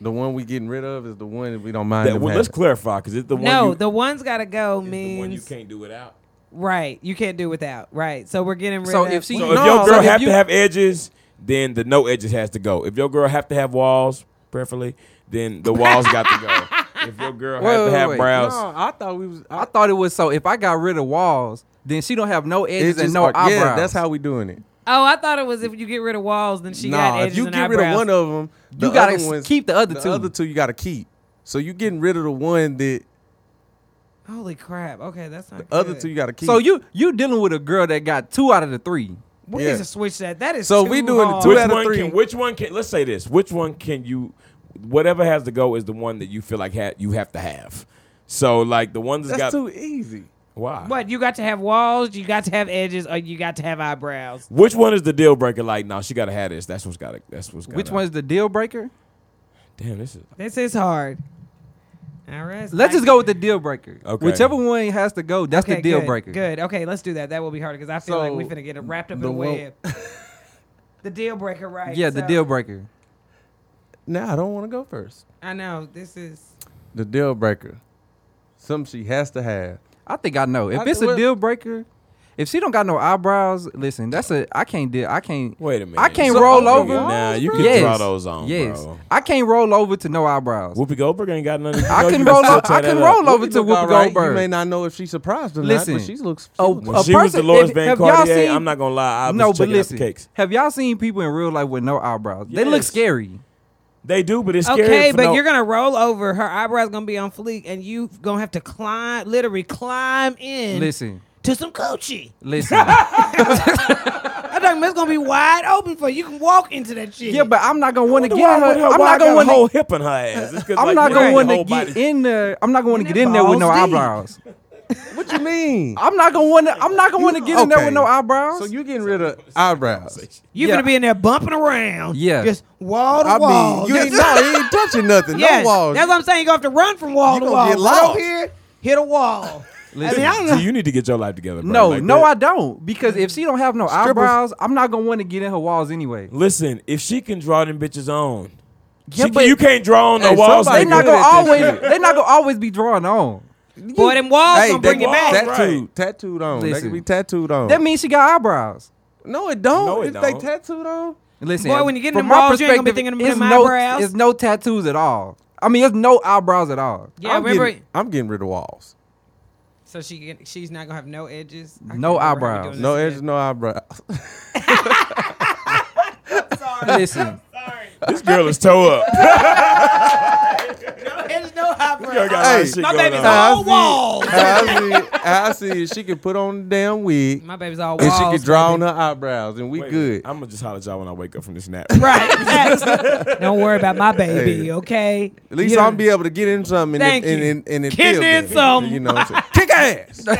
The one we getting rid of is the one that we don't mind. That- them well, let's having. clarify because it's the one. no. you, the one's gotta go it's the one you means can't do without. right. You can't do without right. So we're getting rid So of. if she- So No, if your so girl if have you- to have edges, then the no edges has to go. If your girl have to have walls, preferably, then the walls got to go. If your girl Wait, have to wait, have wait. brows, No, I thought we was. I thought it was so. If I got rid of walls, then she don't have no edges just and no like- eyebrows. Yeah, that's how we doing it. oh, I thought it was if you get rid of walls, then she got Nah, edges if you and get rid eyebrows. of one of them, the You gotta other ones, keep the other two. The other two you gotta keep. So you getting rid of the one that Holy crap! Okay, that's not other good. two you gotta keep. So you you dealing with a girl that got two out of the three. We Yeah. need to switch that. That is So too we doing the hard. two which out of one three. can which one can let's say this which one can you whatever has to go is the one that you feel like ha- you have to have so like the ones that's that's got too easy. why What you got to have walls, you got to have edges, or you got to have eyebrows. which one is the deal breaker like no she gotta have this that's what's gotta that's what's gotta Which one's the deal breaker? damn this is This is hard. All right, Let's just go with the deal breaker. Okay. Whichever one has to go, that's the deal good, breaker. Good. Okay, let's do that. That will be harder because I feel like So, we finna get it wrapped up in the a wo- web. the deal breaker, right? Yeah, the so- deal breaker. Now I don't want to go first. I know this is. The deal breaker, something she has to have. I think I know. If I- it's a what- deal breaker, if she don't got no eyebrows, listen, that's a I can't deal. I can't. wait a minute I can't So- roll Nigga, over. nah you can Yes. draw those on Yes, bro I can't roll over to no eyebrows. Whoopi Goldberg ain't got nothing I no, can you roll still up- tear I can that up. roll over to look all Whoopi right. You Goldberg. may not know if she's surprised or Listen. not, but she looks. She Oh, looks a she was person- Dolores if- Van have y'all Cartier seen- I'm not gonna lie I was no, but checking out the listen, cakes have y'all seen people in real life with no eyebrows? They look Yes. scary. they do but it's scary Okay, for but no- you're gonna roll over. Her eyebrows gonna be on fleek, and you gonna have to climb, literally climb in Listen, to some coochie. listen. I'm talking, about it's gonna be wide open for you. You can walk into that shit. yeah, but I'm not gonna want to Wonder get why- in her. wonder I'm why I not got gonna a want whole to. hip in her ass. It's 'cause, I'm like, not you gonna got your want to whole get body- in there. I'm not gonna want to And get in there with no balls deep. eyebrows. what you mean? I'm not gonna want to. I'm not gonna want to get in there okay. with no eyebrows. So you getting rid of eyebrows? You're Yeah. gonna be in there bumping around. Yeah. Just wall to I wall. mean, you Just- ain't, no, he ain't touching nothing. yes. No walls. That's what I'm saying. You're gonna have to run from wall You to gonna wall. get Right lost. over here, hit a wall. I mean, I don't So know. you need to get your life together, bro. no, Like no, that- I don't. Because if she don't have no Strippers- eyebrows, I'm not gonna want to get in her walls anyway. Listen, if she can draw them bitches on, she can- but- you can't draw on the Hey, walls. somebody They They not good gonna at always. this shit. They not gonna always be drawing on. Boy, them walls Hey, gonna they bring it walls, back. that- tattooed, tattooed on. They Listen. can be tattooed on. That means she got eyebrows. no, it don't. No, it if don't. they tattooed on, Listen, Boy, when you get in from them my walls, you ain't gonna be perspective, thinking of it's them no, eyebrows. It's no tattoos at all. I mean, it's no eyebrows at all. yeah, I'm, remember. getting, I'm getting rid of walls. So she get- she's not gonna have no edges. I No can't remember how we eyebrows. doing No this edges, again. no eyebrows. Listen, this girl is toe up. No edges, no eyebrows. Y'all got a lot of Hey. shit My going baby's on. whole wall. I see, I see is she can put on the damn wig My baby's all and walls. she can draw on baby. her eyebrows, and we good. I'm gonna just holler at y'all when I wake up from this nap. Right. exactly. Don't worry about my baby, okay? At least You know- I'm be able to get in something and Thank it, and, you. and, and it Get feel in good. something. You know, what I'm saying? kick ass. My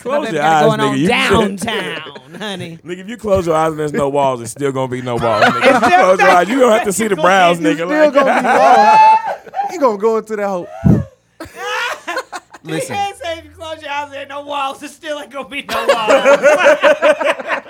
Close baby your got eyes, it going nigga. on You downtown, honey. Nigga, if you close your eyes and there's no walls, it's still gonna be no walls. Nigga. If you close your eyes, you gonna have to see the brows, nigga. Still Like, gonna be wrong. Ain't gonna go into that whole. Listen. can't say if you close your eyes, there ain't no walls. There still ain't gonna be no walls.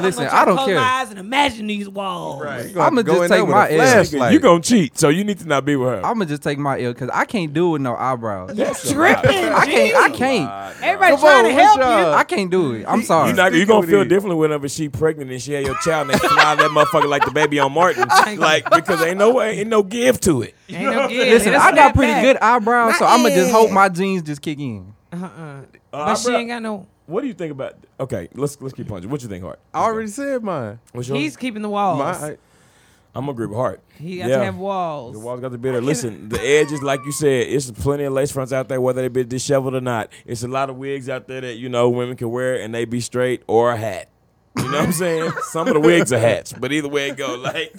Listen, I don't close care. my eyes and imagine these walls. You gonna I'ma go just in there take with my a L. flashlight. you gonna cheat, so you need to not be with her. I'm gonna just take my L because I can't do it with no eyebrows. Tripping, I can't. I G. can't. Everybody Come trying on, to what's help up? you. I can't do it. I'm You sorry. not, you Stick gonna with feel it. different whenever she pregnant and she had your child and they fly that motherfucker like the baby on Martin, like because ain't no way, ain't no give to it. Ain't no good. Listen, That's I got not pretty bad. good eyebrows, so I'm gonna just hope my jeans just kick in. Uh-uh. Uh, But I she bro- ain't got no. What do you think about? Okay, let's let's keep punching. What you think, Hart? I already said mine. What's yours? He's keeping the walls. My, I'm gonna agree with Hart. he got Yeah. to have walls. The walls got to be there. Listen, the edges, like you said, it's plenty of lace fronts out there, whether they be disheveled or not. It's a lot of wigs out there that you know women can wear and they be straight or a hat. You know what I'm saying? Some of the wigs are hats, but either way it go, like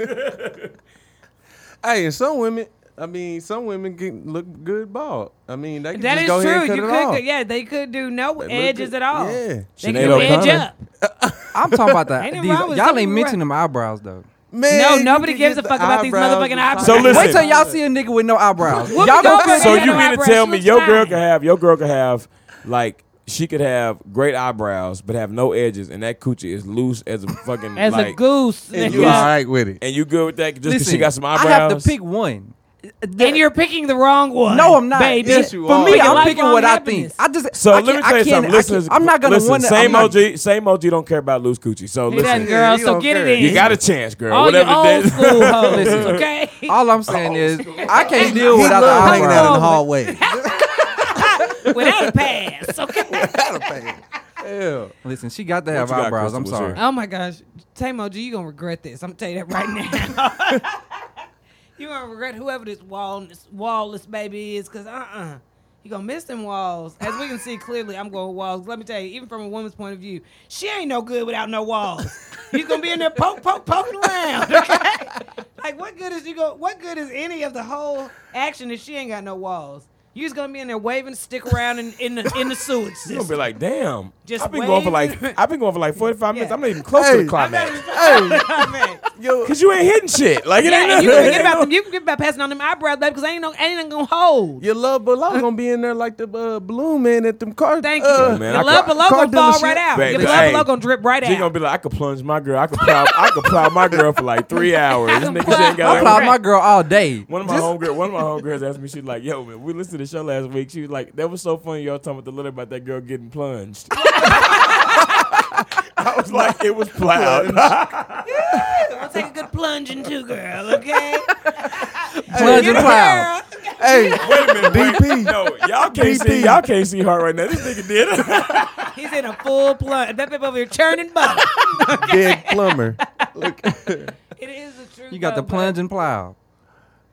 hey, and some women. I mean, some women can look good bald. I mean, they can That just is go ahead true. and cut You it could, off. yeah, they could do no look edges good. at all. Yeah. They Sinead could edge O'Connor. up. I'm talking about that. Ain't nothing These, wrong with y'all something ain't you mentioning right. my eyebrows though. Man, No, you nobody can gives get a fuck about these eyebrows motherfucking and eyebrows. So listen. Wait till y'all see a nigga with no eyebrows. Whoopi y'all gonna Goldberg feel So you had no mean to eyebrows. tell She me looks your girl fine. can have your girl can have like she could have great eyebrows but have no edges and that coochie is loose as a fucking As like, a goose. And nigga. you all right with it? And you good with that just because Listen, she got some eyebrows? I have to pick one. And you're picking the wrong one. No, I'm not. Baby. Yes, you for are. me, Picking I'm picking lifelong what happiness. I think. I just So I let me can't- tell I you can't- something. I Listen, can't- I'm not gonna listen, want to. Same I'm not, OG, same OG don't care about loose coochie. So He listen, doesn't, girl. you so don't get care. it in. you got a chance, girl. All your Whatever old it is. school hoes. Listen. okay. All I'm saying is I can't deal He without the loved hanging out in the eyebrows. hallway. Without a pass. Okay. Hell. Listen, she got to you have got, eyebrows. I'm Crystal? sorry. What's Oh my gosh. Tamo G, you gonna regret this. I'm gonna tell you that right now. you gonna regret whoever this wall this wallless baby is, cause uh uh-uh. uh. You gonna miss them walls. As we can see clearly, I'm going with walls. Let me tell you, even from a woman's point of view, she ain't no good without no walls. He's gonna be in there poke, poke, poking around. Okay? Like what good is you go what good is any of the whole action if she ain't got no walls? You just gonna be in there waving stick around in, in the in the sewage You're gonna be system. like, damn. Just I've been going for wave. like I've been going for like 45 minutes. Yeah. I'm not even close to Hey. the climax. Man. Yo, Cause you ain't hitting shit. Like it Yeah, ain't and you can forget ain't about no- them. You can forget about passing on them eyebrows, baby, because ain't no ain't nothing gonna hold. your love below gonna be in there like the uh, balloon man at them cars. Thank you. Uh, Oh, man, your I love could- below car gonna fall dealership. right out. Baby, your love hey. below gonna drip right She gonna out. be like, I could plunge my girl. I could plow. I could plow my girl for like three hours. This could nigga shit ain't plow- got I no- I plowed my girl all day. One of my homegirl, one of my homegirls asked me, she's like, "Yo, man, we listened to the show last week. She was like, that was so funny. Y'all talking about the letter about that girl getting plunged." I was like, it was plowed. I'll take a good plunge in too, girl. Okay. Plunge and Girl, plow. Hey, Wait a minute, wait. DP. No, y'all can't see. DP. Y'all can't see Hart right now. This nigga did. He's in a full plunge. That baby over here churning butter. dead plumber. Look, it is the truth. You got the though, plunge and plow.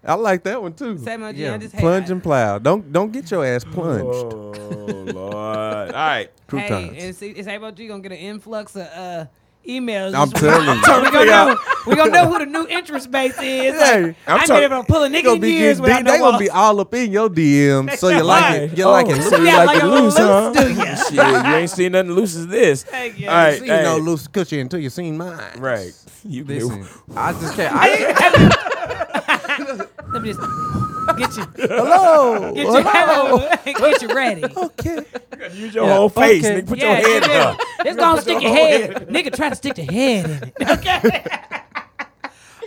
I like that one too. but- Say my G, I Yeah, just hate Plunge that. and plow. Don't don't get your ass plunged. oh lord! All right. Croutons. Hey, and see, is Able G gonna get an influx of uh, emails? I'm this telling week? you. we gonna know. We gonna know who the new interest base is. Hey, Like, I'm I talking- ain't been able to pull a They nigga gonna in be years getting without deep. no They gonna walls. be all up in your DM. So you like it. You Why? like it. Oh, loose, so You yeah, like like it a little loose, loose, huh? do ya? Shit, you ain't seen nothing loose as this. Thank you. All right, See hey, no loose cushion until you seen mine. right. You Listen, can- I just can't. I, Let me just get you, Hello. get you, get you ready. Okay. use your whole face, okay. nigga. Put your Yeah, head yeah. up. It's gonna stick your head. Nigga, try to stick the head in it.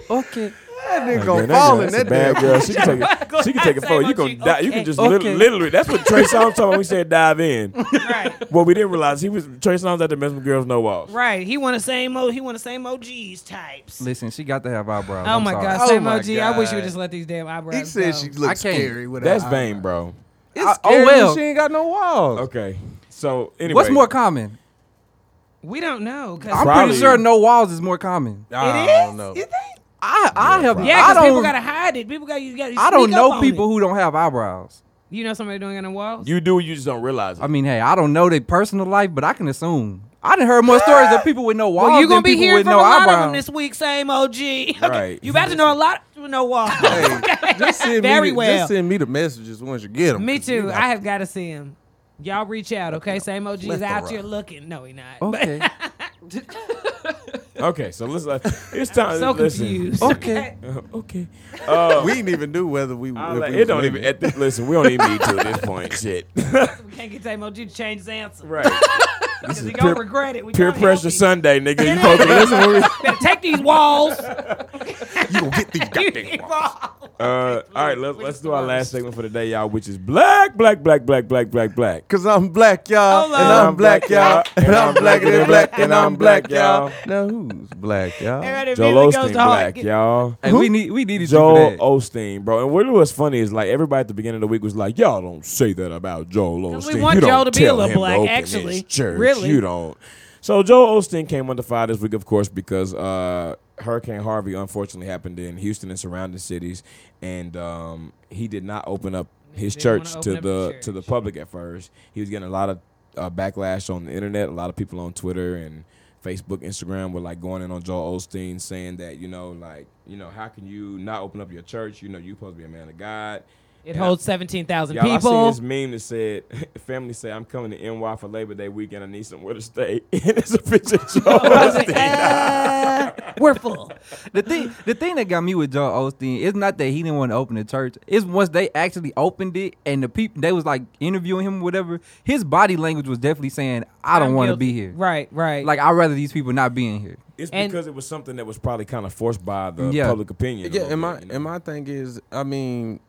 okay. That nigga Man, gonna that girl, fall in that's a that bad damn. girl. She can take it. She can take it Same forward. You old can chick. di- You can Okay. just lit- Okay. literally. That's what Trey Songz talking. about. when We said dive in. Right, Well, we didn't realize he was Trey Songz out there messing with girls no walls. right. He want the same. O, he want the same OGs types. Listen, she got to have eyebrows. Oh I'm my sorry. gosh, Oh same my OG. I wish you would God. just let these damn eyebrows. He said go. she I can't. looks scary with That's her vain, bro. I- It's oh, scary. well. She ain't got no walls. Okay, so anyway, What's more common? We don't know. Cause I'm Probably- pretty sure no walls is more common. I It don't is? know. You think? I I have Yeah, I because don't people gotta hide it. People gotta. You gotta I don't sneak up know on people it. who don't have eyebrows. You know somebody doing it on walls? You do, you just don't realize it. I mean, hey, I don't know their personal life, but I can assume. I done heard more stories of people with no walls well, you gonna than be people hearing with from a no lot of them eyebrows. this week. Same OG. Okay. Right. You about to know a lot with no walls. Hey, just send Very me, the- well. Just send me the messages once you get them. Me too. I have got to see him. Y'all reach out, okay? Same OG is out here looking. No, he not. But okay, okay, so let's. Uh, it's time. so listen. confused. okay. Uh, okay. Uh, we didn't even do whether we. I'll if let- we it don't was even. living. At this, listen, we don't even need to at this point. Shit. We can't get Same OG to change his answer. right. Because he peer- gonna regret it. We Peer can't help pressure you. Sunday, nigga. You supposed to listen to me. Better take these walls. You gonna get these goddamn walls. All Uh, all right, let's let's do our last segment for the day, y'all, which is black, black, black, black, black, black, black. Cause I'm black, y'all, Hold and on. I'm black, y'all, and I'm blacker than black, and I'm black, y'all. Now who's black, y'all? Everybody Joel immediately goes Osteen to black, Hulk. y'all. Hey, we need we needed Joel you for that. Osteen, bro. And what was funny is like everybody at the beginning of the week was like, "Y'all don't say that about Joel Osteen. 'Cause we want you Joel don't to be a tell little him black, open his actually. church. Really. you don't." So Joel Osteen came under fire this week, of course, because uh, Hurricane Harvey unfortunately happened in Houston and surrounding cities, and um, he did not open up his Didn't wanna church open to up the his church. to the public at first. He was getting a lot of uh, backlash on the internet. A lot of people on Twitter and Facebook, Instagram were like going in on Joel Osteen, saying that you know, like you know, how can you not open up your church? You know, you supposed to be a man of God. It holds seventeen thousand Y'all, I people. seen this meme that said, "Family say I'm coming to NY for Labor Day weekend. I need somewhere to stay." and it's a picture of Joel Osteen. Uh, we're full. The thing, the thing that got me with Joel Osteen is not that he didn't want to open the church. It's once they actually opened it and the people they was like interviewing him, or whatever. His body language was definitely saying, "I don't I'm want to guilty. be here. Right, right. Like I'd rather these people not be in here." It's And- because it was something that was probably kind of forced by the Yeah. public opinion. a Yeah, little bit, and my you know? and my thing is, I mean,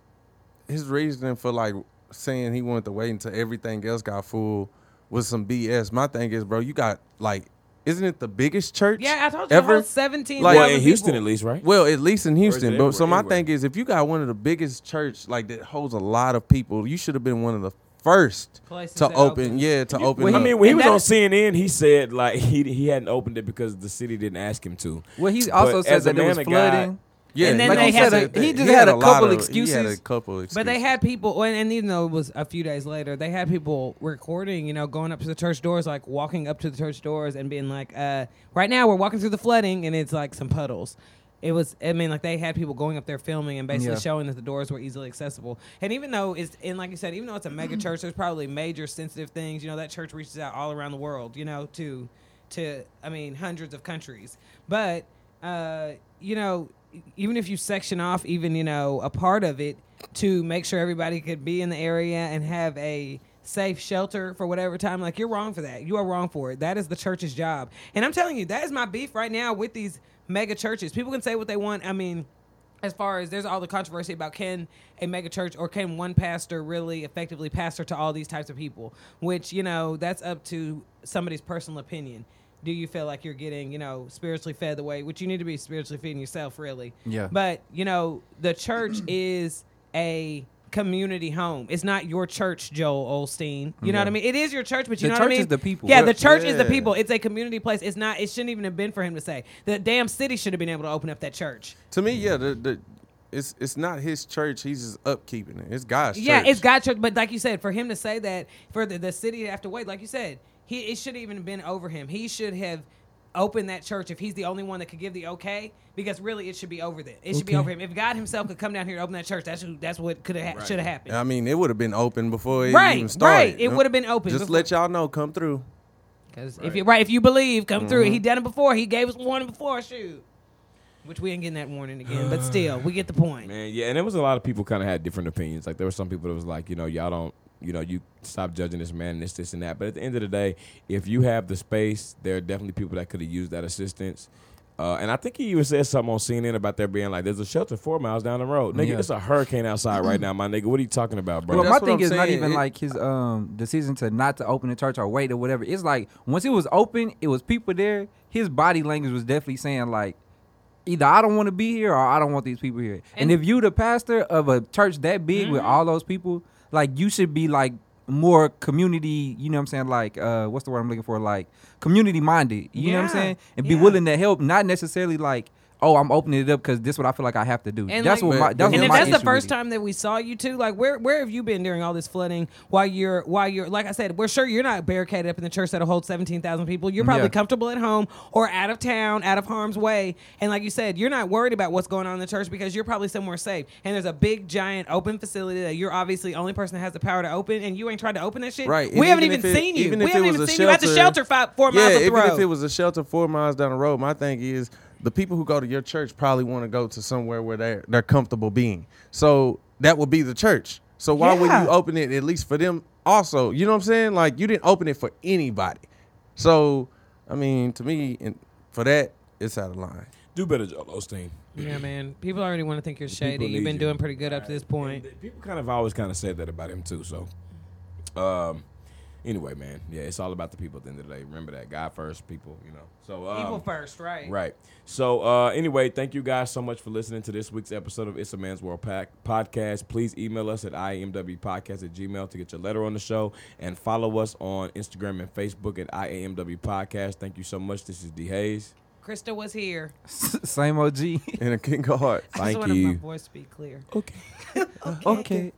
his reasoning for like saying he wanted to wait until everything else got full was some BS. My thing is, bro, you got like, isn't it the biggest church? yeah, I told you it ever. holds seventeen. Like- well, other in thousand Houston people. at least, right? Well, at least in Houston. But so everywhere? my Anywhere. thing is, if you got one of the biggest church like that holds a lot of people, you should have been one of the first Places to that open. open. Yeah, to open. I up. mean, when he And was that- on CNN, he said like he he hadn't opened it because the city didn't ask him to. Well, he But also said as a that it man was of God- flooding. yeah, and then like they you had said, a- he just had had a lot couple of- He had a excuses. couple But excuses. they had people, and, and even though it was a few days later, they had people recording, you know, going up to the church doors, like walking up to the church doors and being like, uh, right now we're walking through the flooding and it's like some puddles. It was, I mean, like they had people going up there filming and basically Yeah. showing that the doors were easily accessible. And even though it's, and like you said, even though it's a mega church, there's probably major sensitive things. You know, that church reaches out all around the world, you know, to, to, I mean, hundreds of countries. But, uh, you know, even if you section off even you know a part of it to make sure everybody could be in the area and have a safe shelter for whatever time like you're wrong for that you are wrong for it that is the church's job and i'm telling you that is my beef right now with these mega churches people can say what they want i mean as far as there's all the controversy about can a mega church or can one pastor really effectively pastor to all these types of people which you know that's up to somebody's personal opinion do you feel like you're getting you know spiritually fed the way which you need to be spiritually feeding yourself really Yeah. but you know the church is a community home it's not your church joel olstein you know what i mean it is your church but you The know what i church mean is the people. yeah the Yeah. church is the Yeah. people it's a community place it's not it shouldn't even have been for him to say the damn city should have been able to open up that church to me, yeah, the, the it's it's not his church. He's just upkeeping it. It's God's Yeah, church. it's God church. But like you said, for him to say that for the, the city to have to wait, like you said, he it should have even been over him. He should have opened that church if he's the only one that could give the okay, because really it should be over them. It should be over him. If God Himself could come down here and open that church, that's who, that's what could have ha- should have happened. I mean, it would have been open before it Right, even started. right. It would've been open Just before- let y'all know. Come through. Because if you right, if you believe, come through. He done it before. He gave us warning before. Shoot. Which we ain't getting that warning again, but still, we get the point. Man, yeah, and there was a lot of people kind of had different opinions. Like there were some people that was like, you know, y'all don't, you know, you stop judging this man, this, this, and that. But at the end of the day, if you have the space, there are definitely people that could have used that assistance. Uh, and I think he even said something on CNN about there being like, "There's a shelter four miles down the road, nigga. Yeah. It's a hurricane outside right now, my nigga. What are you talking about, bro? Well, That's my what thing I'm is not saying. even It- like his um decision to not to open the church or wait or whatever. It's like once it was open, it was people there. His body language was definitely saying like, either I don't want to be here or I don't want these people here. And, if you the pastor of a church that big with Mm-hmm. all those people, like you should be like more community. You know what I'm saying? Like uh, what's the word I'm looking for? Like community minded. You know what I'm Yeah, saying? And yeah. be willing to help, not necessarily like. oh, I'm opening it up because this is what I feel like I have to do. And that's like- what my that's And and what if my that's the issue with first it. time that we saw you two, like where where have you been during all this flooding? While you're while you're like I said, we're sure you're not barricaded up in the church that'll hold seventeen thousand people. You're probably Yeah. comfortable at home or out of town, out of harm's way. And like you said, you're not worried about what's going on in the church because you're probably somewhere safe. And there's a big giant open facility that you're obviously the only person that has the power to open, and you ain't tried to open that shit. Right. We and haven't even if it- seen you. even we if it haven't was even a seen you at the shelter five four yeah, miles up the even road. if it was a shelter four miles down the road, my thing is the people who go to your church probably want to go to somewhere where they're they're comfortable being. So that would be the church. So why would Yeah. you open it at least for them also? You know what I'm saying? Like you didn't open it for anybody. So I mean, to me, and for that, it's out of line. Do better, Joe Osteen. yeah, man. People already want to think you're shady. People You've need been you. doing pretty good up to this point. And People kind of always kind of said that about him too. So, um, anyway, man, yeah, it's all about the people at the end of the day. Remember that God first, people. You know, so um, People first, right? Right. So, uh, anyway, thank you guys so much for listening to this week's episode of It's a Man's World Pack podcast. Please email us at IAMWpodcast at gmail to get your letter on the show and follow us on Instagram and Facebook at IAMW Podcast. Thank you so much. This is D Hayes. Krista was here. same OG. And it can go hard. I just Thank wanted my you. voice to be clear. okay.